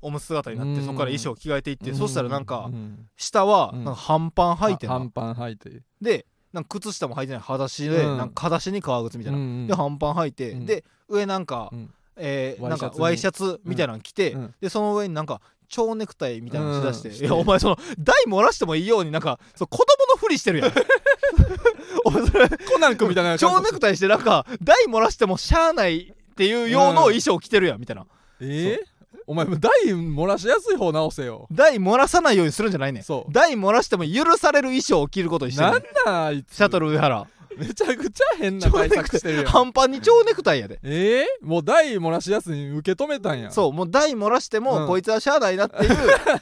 Speaker 2: おむつ姿になって
Speaker 1: うん
Speaker 2: そこから衣装着替えていって、そしたらなんか
Speaker 1: うん
Speaker 2: 下は
Speaker 1: うん
Speaker 2: なんか半パン履いてな、
Speaker 1: 半パン履いて
Speaker 2: でなんか靴下も履いてない裸足で、
Speaker 1: うん
Speaker 2: なんか裸足に革靴みたいな、
Speaker 1: み
Speaker 2: で半パン履いて、
Speaker 1: うん
Speaker 2: で上なんか、
Speaker 1: うん
Speaker 2: えー
Speaker 1: ワ
Speaker 2: な
Speaker 1: イ
Speaker 2: ん
Speaker 1: シャ
Speaker 2: か
Speaker 1: ツに
Speaker 2: ワイシャツみたいなの着て、
Speaker 1: うん
Speaker 2: でその上になんか蝶ネクタイみたいなのしだして,、
Speaker 1: うん
Speaker 2: いやお前その台漏らしてもいいようになんかそう子供のふりしてる
Speaker 1: [laughs]
Speaker 2: やんお前それ
Speaker 1: コナン君みたいな
Speaker 2: 蝶ネクタイしてなんか台漏らしてもしゃあないっていう用の衣装着てるやんみたいな
Speaker 1: えーお前大漏らしやすい方直せよ
Speaker 2: 台漏らさないようにするんじゃないねん
Speaker 1: そう
Speaker 2: 台漏らしても許される衣装を着ることにしてる
Speaker 1: な
Speaker 2: ね
Speaker 1: ん
Speaker 2: ん
Speaker 1: だあいつ
Speaker 2: シャトル上原
Speaker 1: めちゃくちゃ変な対策してるやん
Speaker 2: 半端に蝶ネクタイやで
Speaker 1: えーもう大漏らしやすいに受け止めたんやう
Speaker 2: そうもう台漏らしても、
Speaker 1: うん
Speaker 2: こいつはしゃあないな [laughs] っていう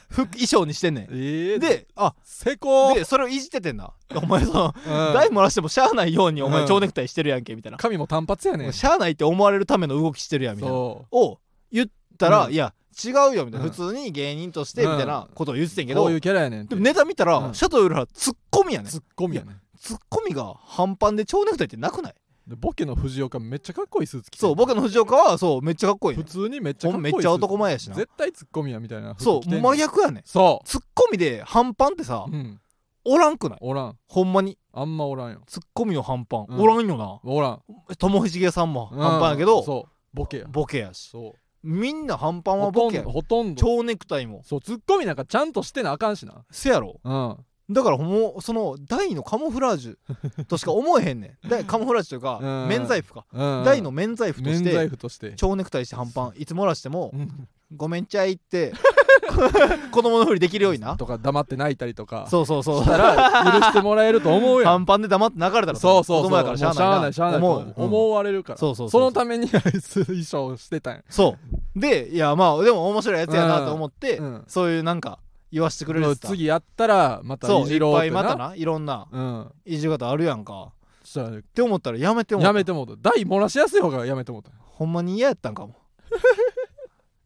Speaker 2: 服衣装にしてんねん
Speaker 1: えー
Speaker 2: であ
Speaker 1: せこー
Speaker 2: でそれをいじっててんなお前その、
Speaker 1: うん
Speaker 2: 台漏らしてもしゃあないようにお
Speaker 1: う
Speaker 2: 前
Speaker 1: ん
Speaker 2: 蝶ネクタイしてるやんけみたいな、
Speaker 1: 髪も単発やねん
Speaker 2: しゃあないって思われるための動きしてるやんみたいな
Speaker 1: そう
Speaker 2: を言ったら、
Speaker 1: うん
Speaker 2: いや違うよみたいな、
Speaker 1: うん
Speaker 2: 普通に芸人としてみたいなことを言ってんけど、
Speaker 1: こういうキャラやねんって
Speaker 2: でもネタ見たら、
Speaker 1: うん
Speaker 2: シャトルよりはツッコミやねん
Speaker 1: ツッコミやねん
Speaker 2: ツッコミが半端で蝶ネクタイってなくない
Speaker 1: でボケの藤岡めっちゃかっこいいスーツ着てる
Speaker 2: そう僕の藤岡はそうめっちゃかっこいいね
Speaker 1: 普
Speaker 2: ん
Speaker 1: 通にめっちゃ
Speaker 2: ほ
Speaker 1: かっ
Speaker 2: ん
Speaker 1: こいい
Speaker 2: めっ
Speaker 1: スーツ
Speaker 2: ちゃ男前やしな
Speaker 1: 絶対ツッコミやみたいな服
Speaker 2: そう
Speaker 1: 着てんねん
Speaker 2: 真逆やねん
Speaker 1: そ
Speaker 2: ツッコミで半端ってさ
Speaker 1: う、うん、
Speaker 2: おらんくない
Speaker 1: おらん
Speaker 2: ほんまに
Speaker 1: あんまおらんよ
Speaker 2: ツッコミの半端、
Speaker 1: うん
Speaker 2: おらんよな
Speaker 1: おらん
Speaker 2: ともひしげさんも
Speaker 1: う
Speaker 2: 半
Speaker 1: ん
Speaker 2: 端やけど、
Speaker 1: そうボケや
Speaker 2: ボケやし
Speaker 1: そう
Speaker 2: みんな半端は
Speaker 1: ほと
Speaker 2: ボ
Speaker 1: ん
Speaker 2: ケや
Speaker 1: どほとんど
Speaker 2: 蝶ネクタイも
Speaker 1: そうツッコミなんかちゃんとしてなあかんしな
Speaker 2: せやろ
Speaker 1: うん
Speaker 2: だからもうその大のカモフラージ
Speaker 1: [laughs]
Speaker 2: ュとしか思えへんねん大カモフラージュという
Speaker 1: う
Speaker 2: か
Speaker 1: ん
Speaker 2: 免罪符か
Speaker 1: うん
Speaker 2: 大の免罪符とし
Speaker 1: 免罪
Speaker 2: て
Speaker 1: 符として
Speaker 2: 蝶ネクタイして半
Speaker 1: [laughs]
Speaker 2: パンいつ漏らしても
Speaker 1: うん
Speaker 2: ごめんちゃいって [laughs] 子供のふりできるようにな
Speaker 1: とか黙って泣いたりとか
Speaker 2: そうそうそう
Speaker 1: したら許してもらえると思うやん
Speaker 2: 半パンで黙って流れたら
Speaker 1: そうそうそ
Speaker 2: 子
Speaker 1: う
Speaker 2: 供やからしゃあ
Speaker 1: も
Speaker 2: な
Speaker 1: う
Speaker 2: い
Speaker 1: しゃあない
Speaker 2: 思
Speaker 1: 思
Speaker 2: う
Speaker 1: う、
Speaker 2: うん
Speaker 1: 思われるから
Speaker 2: そうそう
Speaker 1: そうのためにアイス衣装をしてたんや
Speaker 2: そうでいやまあでも面白いやつやなと思って、
Speaker 1: うんうん
Speaker 2: そういうなんか言わしてくれる
Speaker 1: も
Speaker 2: や
Speaker 1: う
Speaker 2: つだ
Speaker 1: 次やったらまた
Speaker 2: そ
Speaker 1: いうじ
Speaker 2: い
Speaker 1: ろ
Speaker 2: っ
Speaker 1: うっ
Speaker 2: ぱ
Speaker 1: て
Speaker 2: い
Speaker 1: な
Speaker 2: またないろんな
Speaker 1: うん
Speaker 2: いじり方あるやんか
Speaker 1: そしたら
Speaker 2: って思ったらやめてもうた
Speaker 1: やめてもうた大漏らしやすい方がやめてもうた
Speaker 2: [laughs] ほんまに嫌やったんかも [laughs]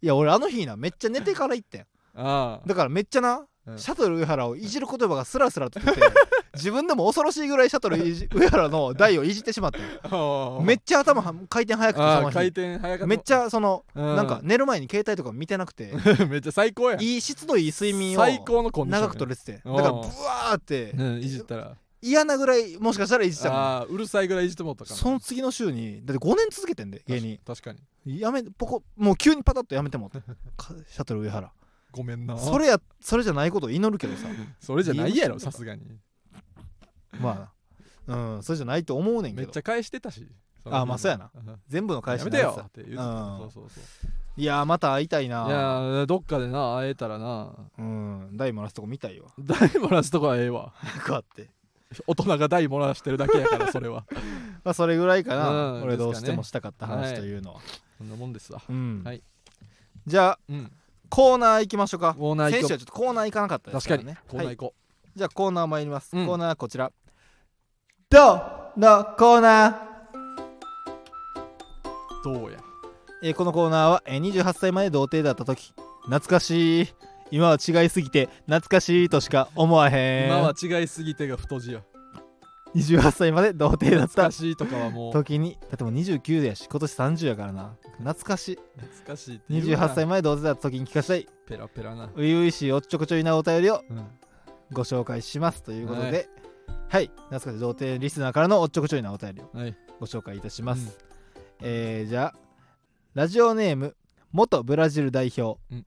Speaker 2: いや俺あの日なめっちゃ寝てから行ったん
Speaker 1: あ
Speaker 2: だからめっちゃな、
Speaker 1: うん
Speaker 2: シャトル上原をいじる言葉がスラスラ
Speaker 1: [laughs]
Speaker 2: と出て自分でも恐ろしいぐらいシャトルいじ上原の台をいじってしま
Speaker 1: [laughs]
Speaker 2: ったんよ
Speaker 1: あ
Speaker 2: めっちゃ頭は回転速くて
Speaker 1: あ
Speaker 2: そ
Speaker 1: あ
Speaker 2: の
Speaker 1: 回
Speaker 2: 日
Speaker 1: 転早かった
Speaker 2: めっちゃその、
Speaker 1: う
Speaker 2: なんか寝る前に携帯とか見てなくて
Speaker 1: [laughs] めっちゃ最高やん
Speaker 2: いい湿度いい睡眠を
Speaker 1: 最高のコンディション
Speaker 2: 長く取れててだ
Speaker 1: うん
Speaker 2: からブワーって
Speaker 1: うんいじったら
Speaker 2: 嫌なぐらいもしかしたらいじってたかも
Speaker 1: ああうるさいぐらいいじってもうたから
Speaker 2: その次の週にだって5年続けてんで芸人
Speaker 1: 確かに
Speaker 2: やめポコもう急にパタッとやめてもうたかシャトル上原
Speaker 1: ごめんな
Speaker 2: それやそれじゃないことを祈るけどさ
Speaker 1: それじゃないやろさすがに
Speaker 2: まあうんそれじゃないと思うねん
Speaker 1: め
Speaker 2: け
Speaker 1: っ
Speaker 2: ど
Speaker 1: ちゃ返してたし
Speaker 2: あまあそうやな全部の
Speaker 1: 返
Speaker 2: 会
Speaker 1: し
Speaker 2: 社
Speaker 1: やめ
Speaker 2: の
Speaker 1: てよ
Speaker 2: やつだ
Speaker 1: って言うてた
Speaker 2: う
Speaker 1: そうんそうそう
Speaker 2: いやーまた会いたい
Speaker 1: い
Speaker 2: な
Speaker 1: やーどっかでな会えたらな
Speaker 2: うん大漏らすとこ見たいわ
Speaker 1: 大漏らすとこはええわ
Speaker 2: 早くあって
Speaker 1: 大人が大漏らしてるだけやからそれ
Speaker 2: [laughs]
Speaker 1: は
Speaker 2: まあそれぐらいかな、
Speaker 1: うん
Speaker 2: 俺どうして
Speaker 1: で
Speaker 2: も
Speaker 1: す
Speaker 2: したかった話というのは、
Speaker 1: そんなもんですわ
Speaker 2: うん、
Speaker 1: はい
Speaker 2: じゃあ
Speaker 1: うん
Speaker 2: コーナー行きましょうか
Speaker 1: コーナー
Speaker 2: 先
Speaker 1: 行
Speaker 2: 週
Speaker 1: こ
Speaker 2: はちょっとコーナー行かなかった
Speaker 1: う
Speaker 2: です
Speaker 1: 確
Speaker 2: か
Speaker 1: からに
Speaker 2: ね
Speaker 1: コーナー
Speaker 2: はい
Speaker 1: 行こ
Speaker 2: じゃあコーナー参ります、
Speaker 1: うん
Speaker 2: コーナーはこちらどうのコーナー
Speaker 1: うどうや
Speaker 2: えーこのコーナーは、えー28歳まで童貞だった時懐かしい今は違いすぎて懐かしいとしか思わへん
Speaker 1: 今は違いすぎてが太字や
Speaker 2: 28歳まで童貞だっ
Speaker 1: 懐
Speaker 2: た
Speaker 1: かしいとかはもう
Speaker 2: 時にだってもう29やし今年30やからな懐かし
Speaker 1: 懐かしいって
Speaker 2: い
Speaker 1: 言うな
Speaker 2: 28歳まで童貞だった時に聞かせたい
Speaker 1: ペラペラな
Speaker 2: 初々しいおっちょこちょいなお便りを
Speaker 1: うん
Speaker 2: ご紹介しますということ
Speaker 1: はい
Speaker 2: ではい、懐かしい童貞リスナーからのおっちょこちょいなお便りを
Speaker 1: はい
Speaker 2: ご紹介いたします、えーじゃあラジオネーム元ブラジル代表、
Speaker 1: うん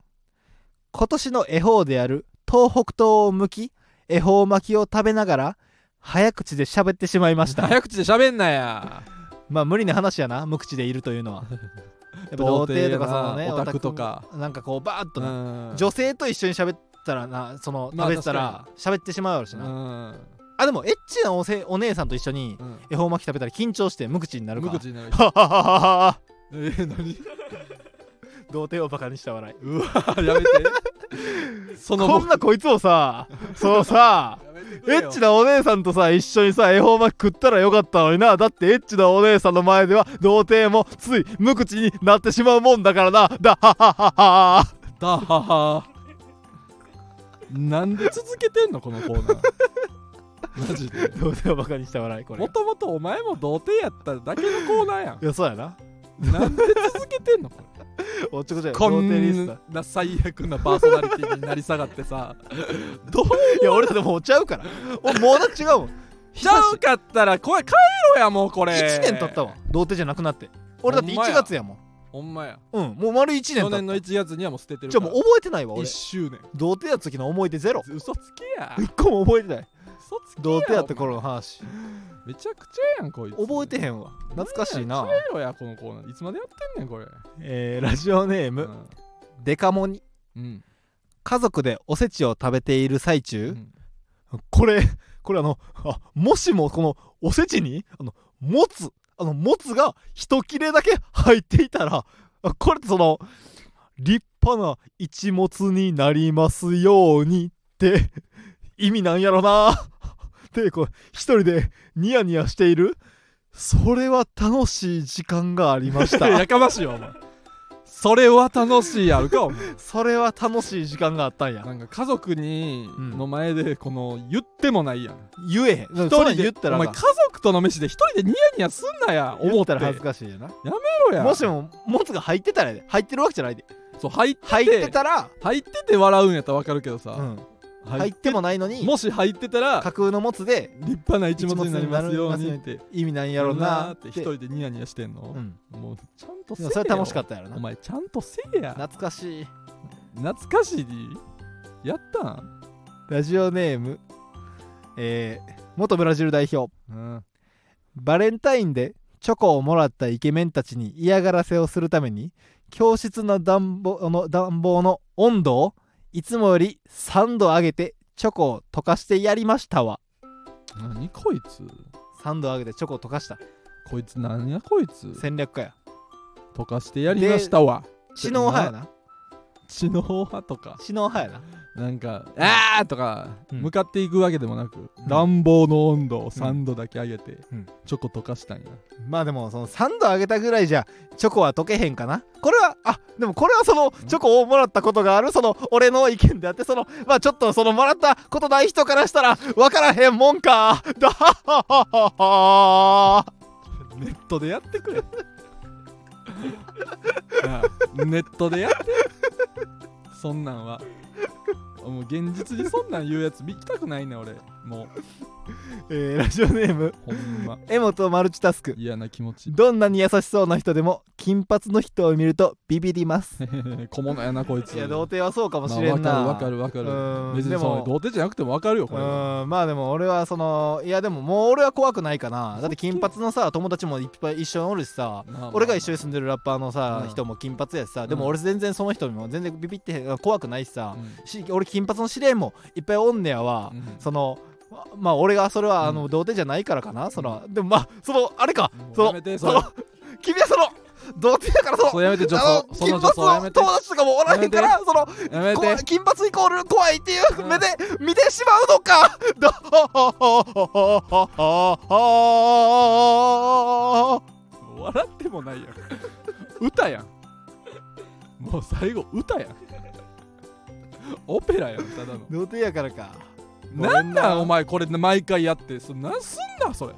Speaker 2: 今年の恵方である東北東を向き恵方巻きを食べながら早口で喋ってしまい
Speaker 1: [laughs]
Speaker 2: ました
Speaker 1: 早口で喋んなや
Speaker 2: まあ無理な話やな無口でいるという
Speaker 1: [laughs]
Speaker 2: のはやっぱ
Speaker 1: 童
Speaker 2: 童
Speaker 1: 貞や
Speaker 2: 貞
Speaker 1: な
Speaker 2: とかそのね
Speaker 1: オタクとか
Speaker 2: オタクなんかこうバーッとな、
Speaker 1: うん
Speaker 2: 女性と一緒に喋ったらなその
Speaker 1: まあ
Speaker 2: 食べてたら喋ってしまうやろし
Speaker 1: う
Speaker 2: な、
Speaker 1: ん
Speaker 2: あでもエッチなおせお姉さんと一緒に
Speaker 1: うん
Speaker 2: 恵方巻き食べたら緊張して無口になるか
Speaker 1: 無
Speaker 2: [laughs]
Speaker 1: 口になる
Speaker 2: ははははは
Speaker 1: えー何 [laughs]
Speaker 2: 童貞をバカにした笑いう
Speaker 1: わや
Speaker 2: [laughs]
Speaker 1: めてその
Speaker 2: こんなこいつ
Speaker 1: [laughs]
Speaker 2: をさそうさ
Speaker 1: やめてく
Speaker 2: エ
Speaker 1: れよ
Speaker 2: ッチなお姉さんとさ一緒にさ恵方巻き食ったらよかったのになだってエッチなお姉さんの前では童貞もつい無口になってしまうもんだからなだはははは
Speaker 1: だははなんで続けてんのこのコーナーマジで
Speaker 2: 童貞をバカにした笑いこれ
Speaker 1: もともとお前も童貞やっただけのコーナーや
Speaker 2: いやそうやなん
Speaker 1: なんで続けてんのこれ
Speaker 2: おっちょこちょい
Speaker 1: こ
Speaker 2: 童貞リス
Speaker 1: ん
Speaker 2: ナー
Speaker 1: な最悪なパーソナリティになり下がってさどう
Speaker 2: いや俺だってもうちゃうから俺もうな違うもん
Speaker 1: ちゃうかったら声変えろやもうこれ
Speaker 2: 1年経ったわ童貞じゃなくなって俺だって
Speaker 1: ほんまや
Speaker 2: 1月やもん
Speaker 1: ほんまや
Speaker 2: うんもう丸1年
Speaker 1: 去
Speaker 2: 経
Speaker 1: 年
Speaker 2: っ
Speaker 1: の1月にはもう捨てて
Speaker 2: た
Speaker 1: る
Speaker 2: じ
Speaker 1: か
Speaker 2: ゃあも
Speaker 1: ら
Speaker 2: う覚えてないわ
Speaker 1: 1
Speaker 2: 俺
Speaker 1: 周年
Speaker 2: 童貞やった時の思い出ゼロ
Speaker 1: 嘘つけや
Speaker 2: 一個も覚えてない
Speaker 1: 嘘つけや
Speaker 2: 童貞やった頃の話
Speaker 1: めちゃくちゃやんこいつ
Speaker 2: 覚えて
Speaker 1: ん
Speaker 2: へんわ懐かしいな
Speaker 1: や、めろやこのコーナーいつまでやってんねんこれ
Speaker 2: えーラジオネーム、
Speaker 1: うん
Speaker 2: デカモに
Speaker 1: うん
Speaker 2: 家族でおせちを食べている最
Speaker 1: う
Speaker 2: 中、
Speaker 1: ん
Speaker 2: これこれあのあもしもこのおせちにあのもつあのもつが一切れだけ入っていたらあこれその立派な一物になりますようにって意味なんやろなでこう一人でニヤニヤしているそれは楽しい時間があり [laughs] ました
Speaker 1: [laughs] やかましいわお前それは楽しいやるかお
Speaker 2: [laughs]
Speaker 1: 前
Speaker 2: それは楽しい時間があったんや
Speaker 1: なんか家族に
Speaker 2: うん
Speaker 1: の前でこの言ってもないやん
Speaker 2: 言えへ
Speaker 1: 一
Speaker 2: ん一
Speaker 1: 人で
Speaker 2: 人言ったら
Speaker 1: お前
Speaker 2: な
Speaker 1: 家族との飯で一人でニヤニヤすんなや思
Speaker 2: 言
Speaker 1: っ
Speaker 2: ったた
Speaker 1: ら
Speaker 2: ら
Speaker 1: 恥
Speaker 2: 恥
Speaker 1: ず
Speaker 2: ず
Speaker 1: か
Speaker 2: かしいよな
Speaker 1: しいや
Speaker 2: もしももつが入ってたらやで入ってるわけじゃないで
Speaker 1: そう入って
Speaker 2: 入ってたら、
Speaker 1: 入ってて笑うんやったらわかるけど
Speaker 2: う
Speaker 1: さ、
Speaker 2: ん、
Speaker 1: 入
Speaker 2: 入ってもないのに
Speaker 1: もし入ってたら
Speaker 2: 架空のもつで
Speaker 1: 立派な一物になりますようにって
Speaker 2: 意味なんやろな
Speaker 1: って一人でニヤニヤしてん
Speaker 2: う
Speaker 1: の、
Speaker 2: ん、
Speaker 1: もうちゃんと
Speaker 2: で
Speaker 1: せえ
Speaker 2: も
Speaker 1: よ
Speaker 2: それ楽しかったやろ
Speaker 1: お
Speaker 2: な
Speaker 1: 前ちゃんとせえや
Speaker 2: 懐かしい
Speaker 1: 懐かしいやったん
Speaker 2: ラジオネームえー元ブラジル代表
Speaker 1: うん
Speaker 2: バレンタインでチョコをもらったイケメンたちに嫌がらせをするために教室の暖房あの暖房の温度をいつもより3度上げてチョコを溶かしてやりましたわ
Speaker 1: 何こいつ
Speaker 2: 3度上げてチョコを溶かした
Speaker 1: こいつ何やこいつ
Speaker 2: 戦略家や
Speaker 1: 溶かしてやりましたわ
Speaker 2: 知能派やな
Speaker 1: 知能派とか
Speaker 2: 知能派やな
Speaker 1: なんか「あー!」とか
Speaker 2: うん
Speaker 1: 向かっていくわけでもなく、
Speaker 2: ん
Speaker 1: 暖房の温度を3度だけ上げて、
Speaker 2: うん
Speaker 1: チョコ溶かしたんや
Speaker 2: まあでもその3度上げたぐらいじゃチョコは溶けへんかなこれはあでもこれはそのチョコをもらったことがあるその俺の意見であってそのまあちょっとそのもらったことない人からしたら分からへんもんかだははははは
Speaker 1: ネットでやってくれなあネットでやってそんなんはもう現実にそんなん言うやつ見たくないね俺もう
Speaker 2: えーラジオネーム
Speaker 1: ほんま
Speaker 2: 柄本マルチタスク
Speaker 1: 嫌な気持ち [laughs]
Speaker 2: どんなに優しそうな人でも金髪の人を見るとビビります
Speaker 1: 小物やなこいつ
Speaker 2: いや童貞はそうかもしれんな、
Speaker 1: まあわかるわかるわかる
Speaker 2: うん
Speaker 1: 別に
Speaker 2: で
Speaker 1: そ
Speaker 2: も
Speaker 1: の童貞じゃなくてもわかるよこれは
Speaker 2: うんまあでも俺はそのいやでももう俺は怖くないかなだって金髪のさ友達もいっぱい一緒におるしさ
Speaker 1: まあまあ
Speaker 2: 俺が一緒に住んでるラッパーのさ、
Speaker 1: うん
Speaker 2: 人も金髪やしさ
Speaker 1: ん
Speaker 2: でも俺全然その人にも全然ビビってへん怖くないしさ
Speaker 1: う、ん
Speaker 2: し俺金髪の知り合いもいっぱいおんねやわ、
Speaker 1: うん
Speaker 2: そのままあ俺がそれはあ
Speaker 1: う
Speaker 2: の童貞じゃないからかな、そのでもまあそのあれか、
Speaker 1: もう
Speaker 2: そ
Speaker 1: や
Speaker 2: の
Speaker 1: めてそ
Speaker 2: そ
Speaker 1: れ
Speaker 2: の君はその童貞だからその
Speaker 1: それやめて女
Speaker 2: あ
Speaker 1: 装そ
Speaker 2: の
Speaker 1: の
Speaker 2: 金
Speaker 1: 女装や
Speaker 2: 髪の
Speaker 1: めて
Speaker 2: 友達とかもおらへんからその
Speaker 1: やめ
Speaker 2: 怖い
Speaker 1: て
Speaker 2: 金髪イコール怖いっていう
Speaker 1: うん
Speaker 2: 目で見てしまうのかど
Speaker 1: 笑ってもないやん歌やんもう最後歌やんオペラやんただの
Speaker 2: [laughs] 童貞やからか
Speaker 1: なんなんお前これ毎回やってそなんすんなそれ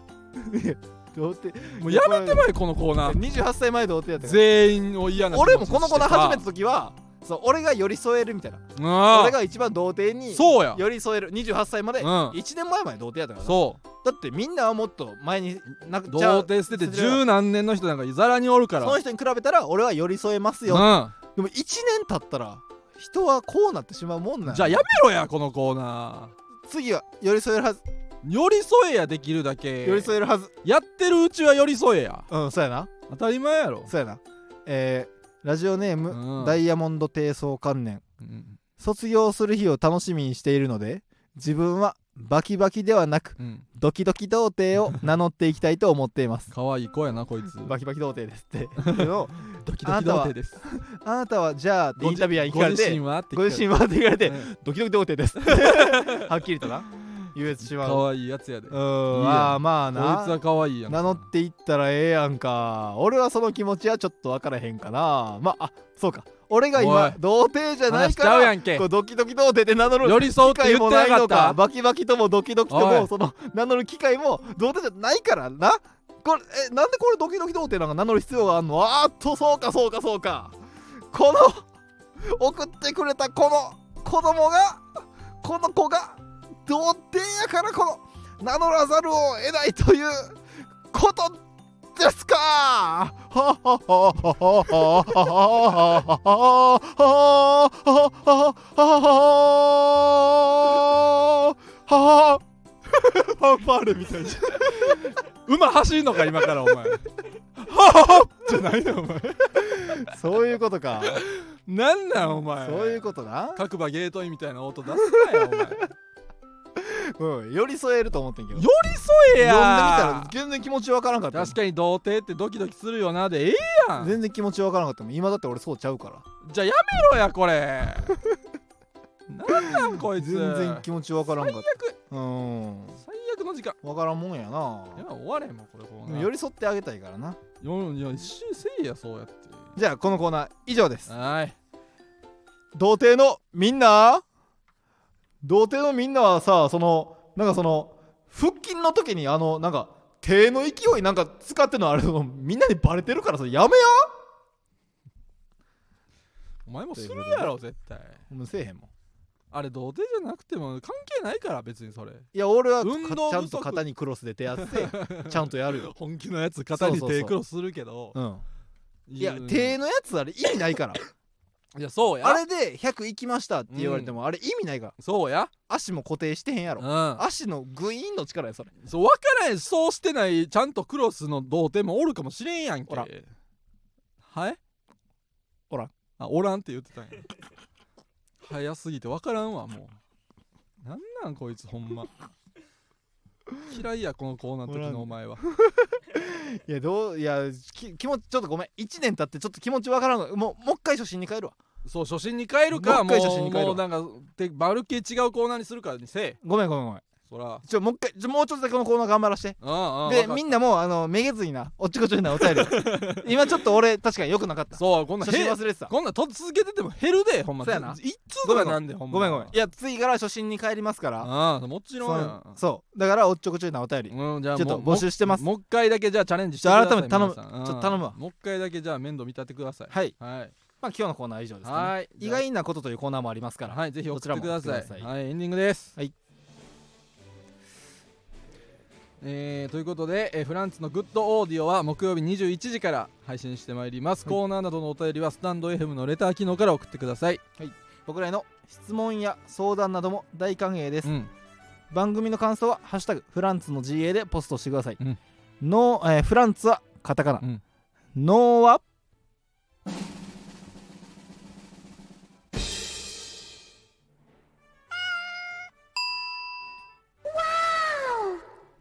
Speaker 2: 童貞
Speaker 1: もうやめてまいこのコーナー
Speaker 2: 28歳前童貞やったから
Speaker 1: 全員を嫌な気持ち
Speaker 2: 俺もこの子の初め
Speaker 1: て
Speaker 2: た時はそう俺が寄り添えるみたいな
Speaker 1: してさ
Speaker 2: 俺が一番童
Speaker 1: う
Speaker 2: 貞
Speaker 1: ん
Speaker 2: に
Speaker 1: そうや
Speaker 2: 寄り添える28歳まで
Speaker 1: うん
Speaker 2: 1年前まで童貞やったからな
Speaker 1: そ
Speaker 2: だってみんなはもっと前にな
Speaker 1: う
Speaker 2: く
Speaker 1: 童
Speaker 2: ちゃう
Speaker 1: 貞捨てて十何年の人なんかいざらにおるか
Speaker 2: そ
Speaker 1: ら
Speaker 2: の人に比べたら俺は寄り添えますよ
Speaker 1: う
Speaker 2: でも1年経ったら人はこうなってしまうもんなんん
Speaker 1: じゃあやめろやこのコーナ
Speaker 2: 次は寄り添えるはず、
Speaker 1: ー寄り添えやできるだけ
Speaker 2: 寄り添えるはず
Speaker 1: やってるうちは寄り添えや
Speaker 2: うんそうやな
Speaker 1: 当たり前やろ
Speaker 2: そうやなえーラジオネーム、
Speaker 1: うん
Speaker 2: ダイヤモンド低層関連
Speaker 1: うん
Speaker 2: 卒業する日を楽しみにしているので自分はバキバキではなく
Speaker 1: うん
Speaker 2: ドキドキ童
Speaker 1: [laughs]
Speaker 2: 貞を名乗っていきたいと思っています
Speaker 1: 可愛い子やなこいつ
Speaker 2: バキバキ童貞ですって
Speaker 1: [laughs]
Speaker 2: けど
Speaker 1: ドキドキ童貞です
Speaker 2: あなたはじゃあってインタビュアーに聞かれ
Speaker 1: ご自身
Speaker 2: て
Speaker 1: はって
Speaker 2: ご自
Speaker 1: 身
Speaker 2: 身はって言われて、
Speaker 1: うん
Speaker 2: ドキド
Speaker 1: [laughs]
Speaker 2: キ童貞ですはっきりとな言えてしまう
Speaker 1: 可愛いやつやで
Speaker 2: う
Speaker 1: こい
Speaker 2: ん
Speaker 1: いやん
Speaker 2: まあまあ
Speaker 1: つ
Speaker 2: な
Speaker 1: は可愛いやん
Speaker 2: 名乗っていったらええやんか俺はその気持ちはちょっと分からへんかなまああそうか俺が
Speaker 1: おい
Speaker 2: 今童貞じゃない
Speaker 1: 話しち
Speaker 2: から
Speaker 1: ゃうやんけ
Speaker 2: こうドキドキ童貞で名乗る
Speaker 1: 寄り添うって
Speaker 2: 機会
Speaker 1: 言っ
Speaker 2: も
Speaker 1: て
Speaker 2: な
Speaker 1: ないか
Speaker 2: の
Speaker 1: っ
Speaker 2: か
Speaker 1: た
Speaker 2: バキバキともドキドキと
Speaker 1: おい
Speaker 2: もその名乗る機会も童貞じゃないからなこれえなんでこれドキドキ童貞なんか名乗る必要があんのあーっとそうかそうかそうかこの送ってくれたこの子供がこの子が童貞やからこの名乗らざるを得ないということですかファンファーレみたいな
Speaker 1: 馬走んのか今からお前はははじゃないのお前
Speaker 2: そういうことか
Speaker 1: なんなんお前
Speaker 2: そういうことな、
Speaker 1: 各馬ゲートインみたいな音出すなよお前寄り
Speaker 2: うん、寄り添えると思ってんけど
Speaker 1: 添え
Speaker 2: 呼んでみた
Speaker 1: や
Speaker 2: ら全然気持ちわからんかった
Speaker 1: 確かに童貞ってドキドキするよなでええやん
Speaker 2: 全然気持ちわからんかったもん今だって俺そうちゃうから
Speaker 1: じゃあやめろやこれ
Speaker 2: [laughs]
Speaker 1: なんなんこいつ
Speaker 2: 全然気持ちわからんかっ
Speaker 1: 最悪
Speaker 2: たうん
Speaker 1: 最悪の時間
Speaker 2: わからんもんやない
Speaker 1: や終われもうこれこ
Speaker 2: でも寄り添ってあげたいからない
Speaker 1: やいや一周せいやそうやって
Speaker 2: じゃあこのコーナー以上です
Speaker 1: はい
Speaker 2: 童貞のみんな童貞のみんなはさそのなんかその腹筋の時にあのなんか手の勢いなんか使ってんのあれそのみんなにバレてるからそれやめや
Speaker 1: お前もするやろ絶対
Speaker 2: もうせえへんもん
Speaker 1: あれ童貞じゃなくても関係ないから別にそれ
Speaker 2: いや俺はか
Speaker 1: 運動不足
Speaker 2: ちゃんと肩にクロスで手やって [laughs] ちゃんとやるよ、
Speaker 1: 本気のやつ肩に
Speaker 2: そうそうそう
Speaker 1: 手クロスするけど
Speaker 2: うん、いや
Speaker 1: うん
Speaker 2: [laughs] 手のやつあれ意味ないから
Speaker 1: いやそうや
Speaker 2: あれで100いきましたって言われても、あれ意味ないから
Speaker 1: そうや
Speaker 2: 足も固定してへんや
Speaker 1: う
Speaker 2: ろ、
Speaker 1: ん
Speaker 2: 足のグイーンの力やそれ
Speaker 1: そう分からへんそうしてないちゃんとクロスの童貞もおるかもしれんやんけ
Speaker 2: おらん
Speaker 1: はい
Speaker 2: おらん
Speaker 1: あおらんって言ってたんや早すぎて分からんわもうなんなんこいつほんま嫌いやこのコーナーの時のお前はい
Speaker 2: やどういやき気持ちちょっとごめん1年経ってちょっと気持ちわからんのもうもう一回初心に帰るわ
Speaker 1: そう初心に帰るかも
Speaker 2: もう
Speaker 1: う
Speaker 2: 一回初心に帰るわ
Speaker 1: もうなんかでまるっきり違うコーナーにするからにせえ
Speaker 2: ごめんごめんごめん
Speaker 1: そら
Speaker 2: ちょもう一回ちょもうちょっとだけこのコーナー頑張らして
Speaker 1: うんうん分
Speaker 2: で
Speaker 1: かった
Speaker 2: みんなもうあのめげずになおっちょこちょいなお便り今ちょっと俺確かによくなかった
Speaker 1: そうこんなん
Speaker 2: 初
Speaker 1: へ
Speaker 2: 心忘れてた
Speaker 1: こんなんと続けてても減るでほんま
Speaker 2: そうやな
Speaker 1: 一通とかなんでほんま
Speaker 2: ごめんごめんいや次から初心に帰りますから
Speaker 1: ああもちろんや
Speaker 2: そうそうだからおっちょこちょいなお便り
Speaker 1: うんじゃあ
Speaker 2: ちょっと
Speaker 1: もう
Speaker 2: 募集してます
Speaker 1: もう一回だけじゃあチャレンジして
Speaker 2: じ
Speaker 1: く
Speaker 2: ゃあ
Speaker 1: ださい
Speaker 2: 改めて頼む
Speaker 1: 皆さんうん
Speaker 2: ちょっと頼むわ
Speaker 1: もう一回だけじゃあ面倒見立ててください
Speaker 2: はい
Speaker 1: はい
Speaker 2: まあ今日のコーナーは以上ですかね
Speaker 1: はい
Speaker 2: 意外なことというコーナーもありますから
Speaker 1: はいぜひ送ってくださ
Speaker 2: どちらも送ってくださ
Speaker 1: い
Speaker 2: い
Speaker 1: はいエンディングです
Speaker 2: はい
Speaker 1: えーということで、えーフランスのグッドオーディオは木曜日21時から配信してまいります、
Speaker 2: はい
Speaker 1: コーナーなどのお便りはスタンド FM のレター機能から送ってください、
Speaker 2: 僕らへの質問や相談なども大歓迎です
Speaker 1: うん、
Speaker 2: 番組の感想は「ハッシュタグフランツの GA」でポストしてください、
Speaker 1: うん
Speaker 2: のえーフランツはカタカナ、
Speaker 1: うん
Speaker 2: ノーは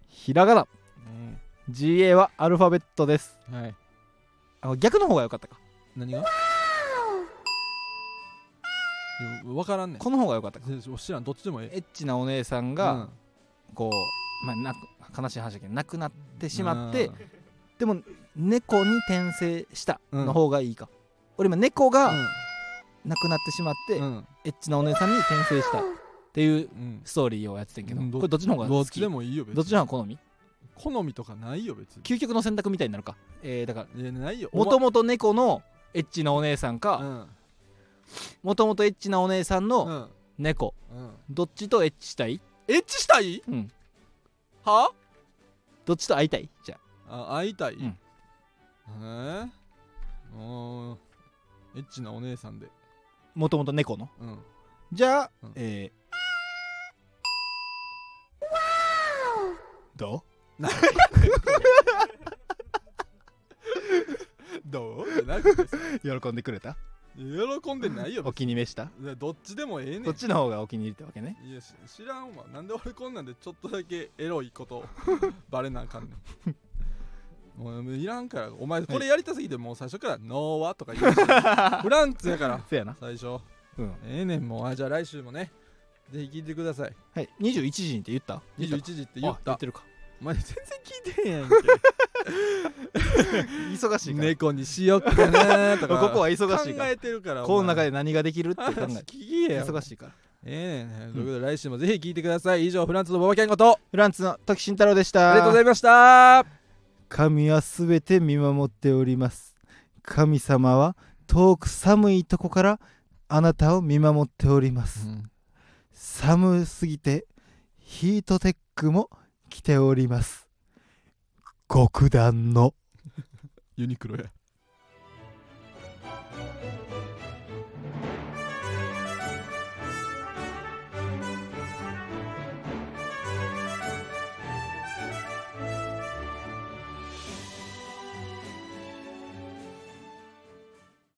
Speaker 2: ひらがな GA はアルファベットです
Speaker 1: はい
Speaker 2: あ逆の方が良かったか
Speaker 1: 何がいやわからんねん
Speaker 2: この方が良かったか
Speaker 1: 全然知らんどっちでもええ
Speaker 2: エッチなお姉さんが、こう、まあ、なく悲しい話だけど亡くなってしまって、でも猫に転生したの方がいいか、俺今猫が亡くなってしまって、
Speaker 1: うんうん
Speaker 2: エッチなお姉さんに転生したっていう
Speaker 1: うん
Speaker 2: ストーリーをやってたんやけど、
Speaker 1: うんど
Speaker 2: これどっちの方が
Speaker 1: ど
Speaker 2: 好
Speaker 1: っ
Speaker 2: き
Speaker 1: ち
Speaker 2: ど
Speaker 1: で
Speaker 2: っ
Speaker 1: もいいよ別
Speaker 2: ち
Speaker 1: に
Speaker 2: の方が好み
Speaker 1: 好みとかないよ別に
Speaker 2: 究極の選択みたいになるかえー、だから
Speaker 1: いやないよ
Speaker 2: もともと猫のエッチなお姉さん
Speaker 1: お
Speaker 2: か
Speaker 1: 前
Speaker 2: もともとエッチなお姉さん
Speaker 1: うん
Speaker 2: の
Speaker 1: うん
Speaker 2: 猫
Speaker 1: うん
Speaker 2: どっちとエッチしたい
Speaker 1: エッチしたい
Speaker 2: うん
Speaker 1: は
Speaker 2: どっちと会いたいじゃあ
Speaker 1: あ会いたい
Speaker 2: うん
Speaker 1: えーうーんエッチなお姉さんで
Speaker 2: もともと猫の
Speaker 1: うん
Speaker 2: じゃあ、
Speaker 1: うん
Speaker 2: えー、ど
Speaker 1: [laughs] どうってなく
Speaker 2: [laughs]
Speaker 1: てさ
Speaker 2: う喜んでくれた
Speaker 1: 喜んでないよ
Speaker 2: お
Speaker 1: 別
Speaker 2: 気に召した
Speaker 1: にいやどっちでもええね
Speaker 2: こっ
Speaker 1: ん
Speaker 2: ちの方がお気に入りってわけね
Speaker 1: いやし知らんわなんで俺こんなんでちょっとだけエロいこと [laughs] バレなあかんねん [laughs] もうもういらんからお前これやりたすぎてもう最初から「ノーは」とか言うし [laughs] フランツやから
Speaker 2: そうやな
Speaker 1: 最初
Speaker 2: うん
Speaker 1: ええねんもうあじゃあ来週もねぜひ聞いてください
Speaker 2: はい21時にって言った
Speaker 1: 21
Speaker 2: 時
Speaker 1: 時って言った
Speaker 2: てるか
Speaker 1: お前全然聞いてへん
Speaker 2: [laughs]
Speaker 1: やん
Speaker 2: 忙し
Speaker 1: け
Speaker 2: いから、
Speaker 1: 猫にしよっかなーと
Speaker 2: ここ
Speaker 1: か
Speaker 2: は忙しい
Speaker 1: 考
Speaker 2: か
Speaker 1: えてるからら
Speaker 2: この中
Speaker 1: で
Speaker 2: で何ができるって考
Speaker 1: 話
Speaker 2: え
Speaker 1: 聞けや
Speaker 2: 忙しいから
Speaker 1: ええねんということで来週もぜひ聞いてください以上フランツのババキャンこと
Speaker 2: フランツの時慎太郎でした
Speaker 1: ありがとうございました
Speaker 2: 神はすべて見守っております神様は遠く寒いとこからあなたを見守っております、寒すぎてヒートテックも着ております極暖の
Speaker 1: ユニクロや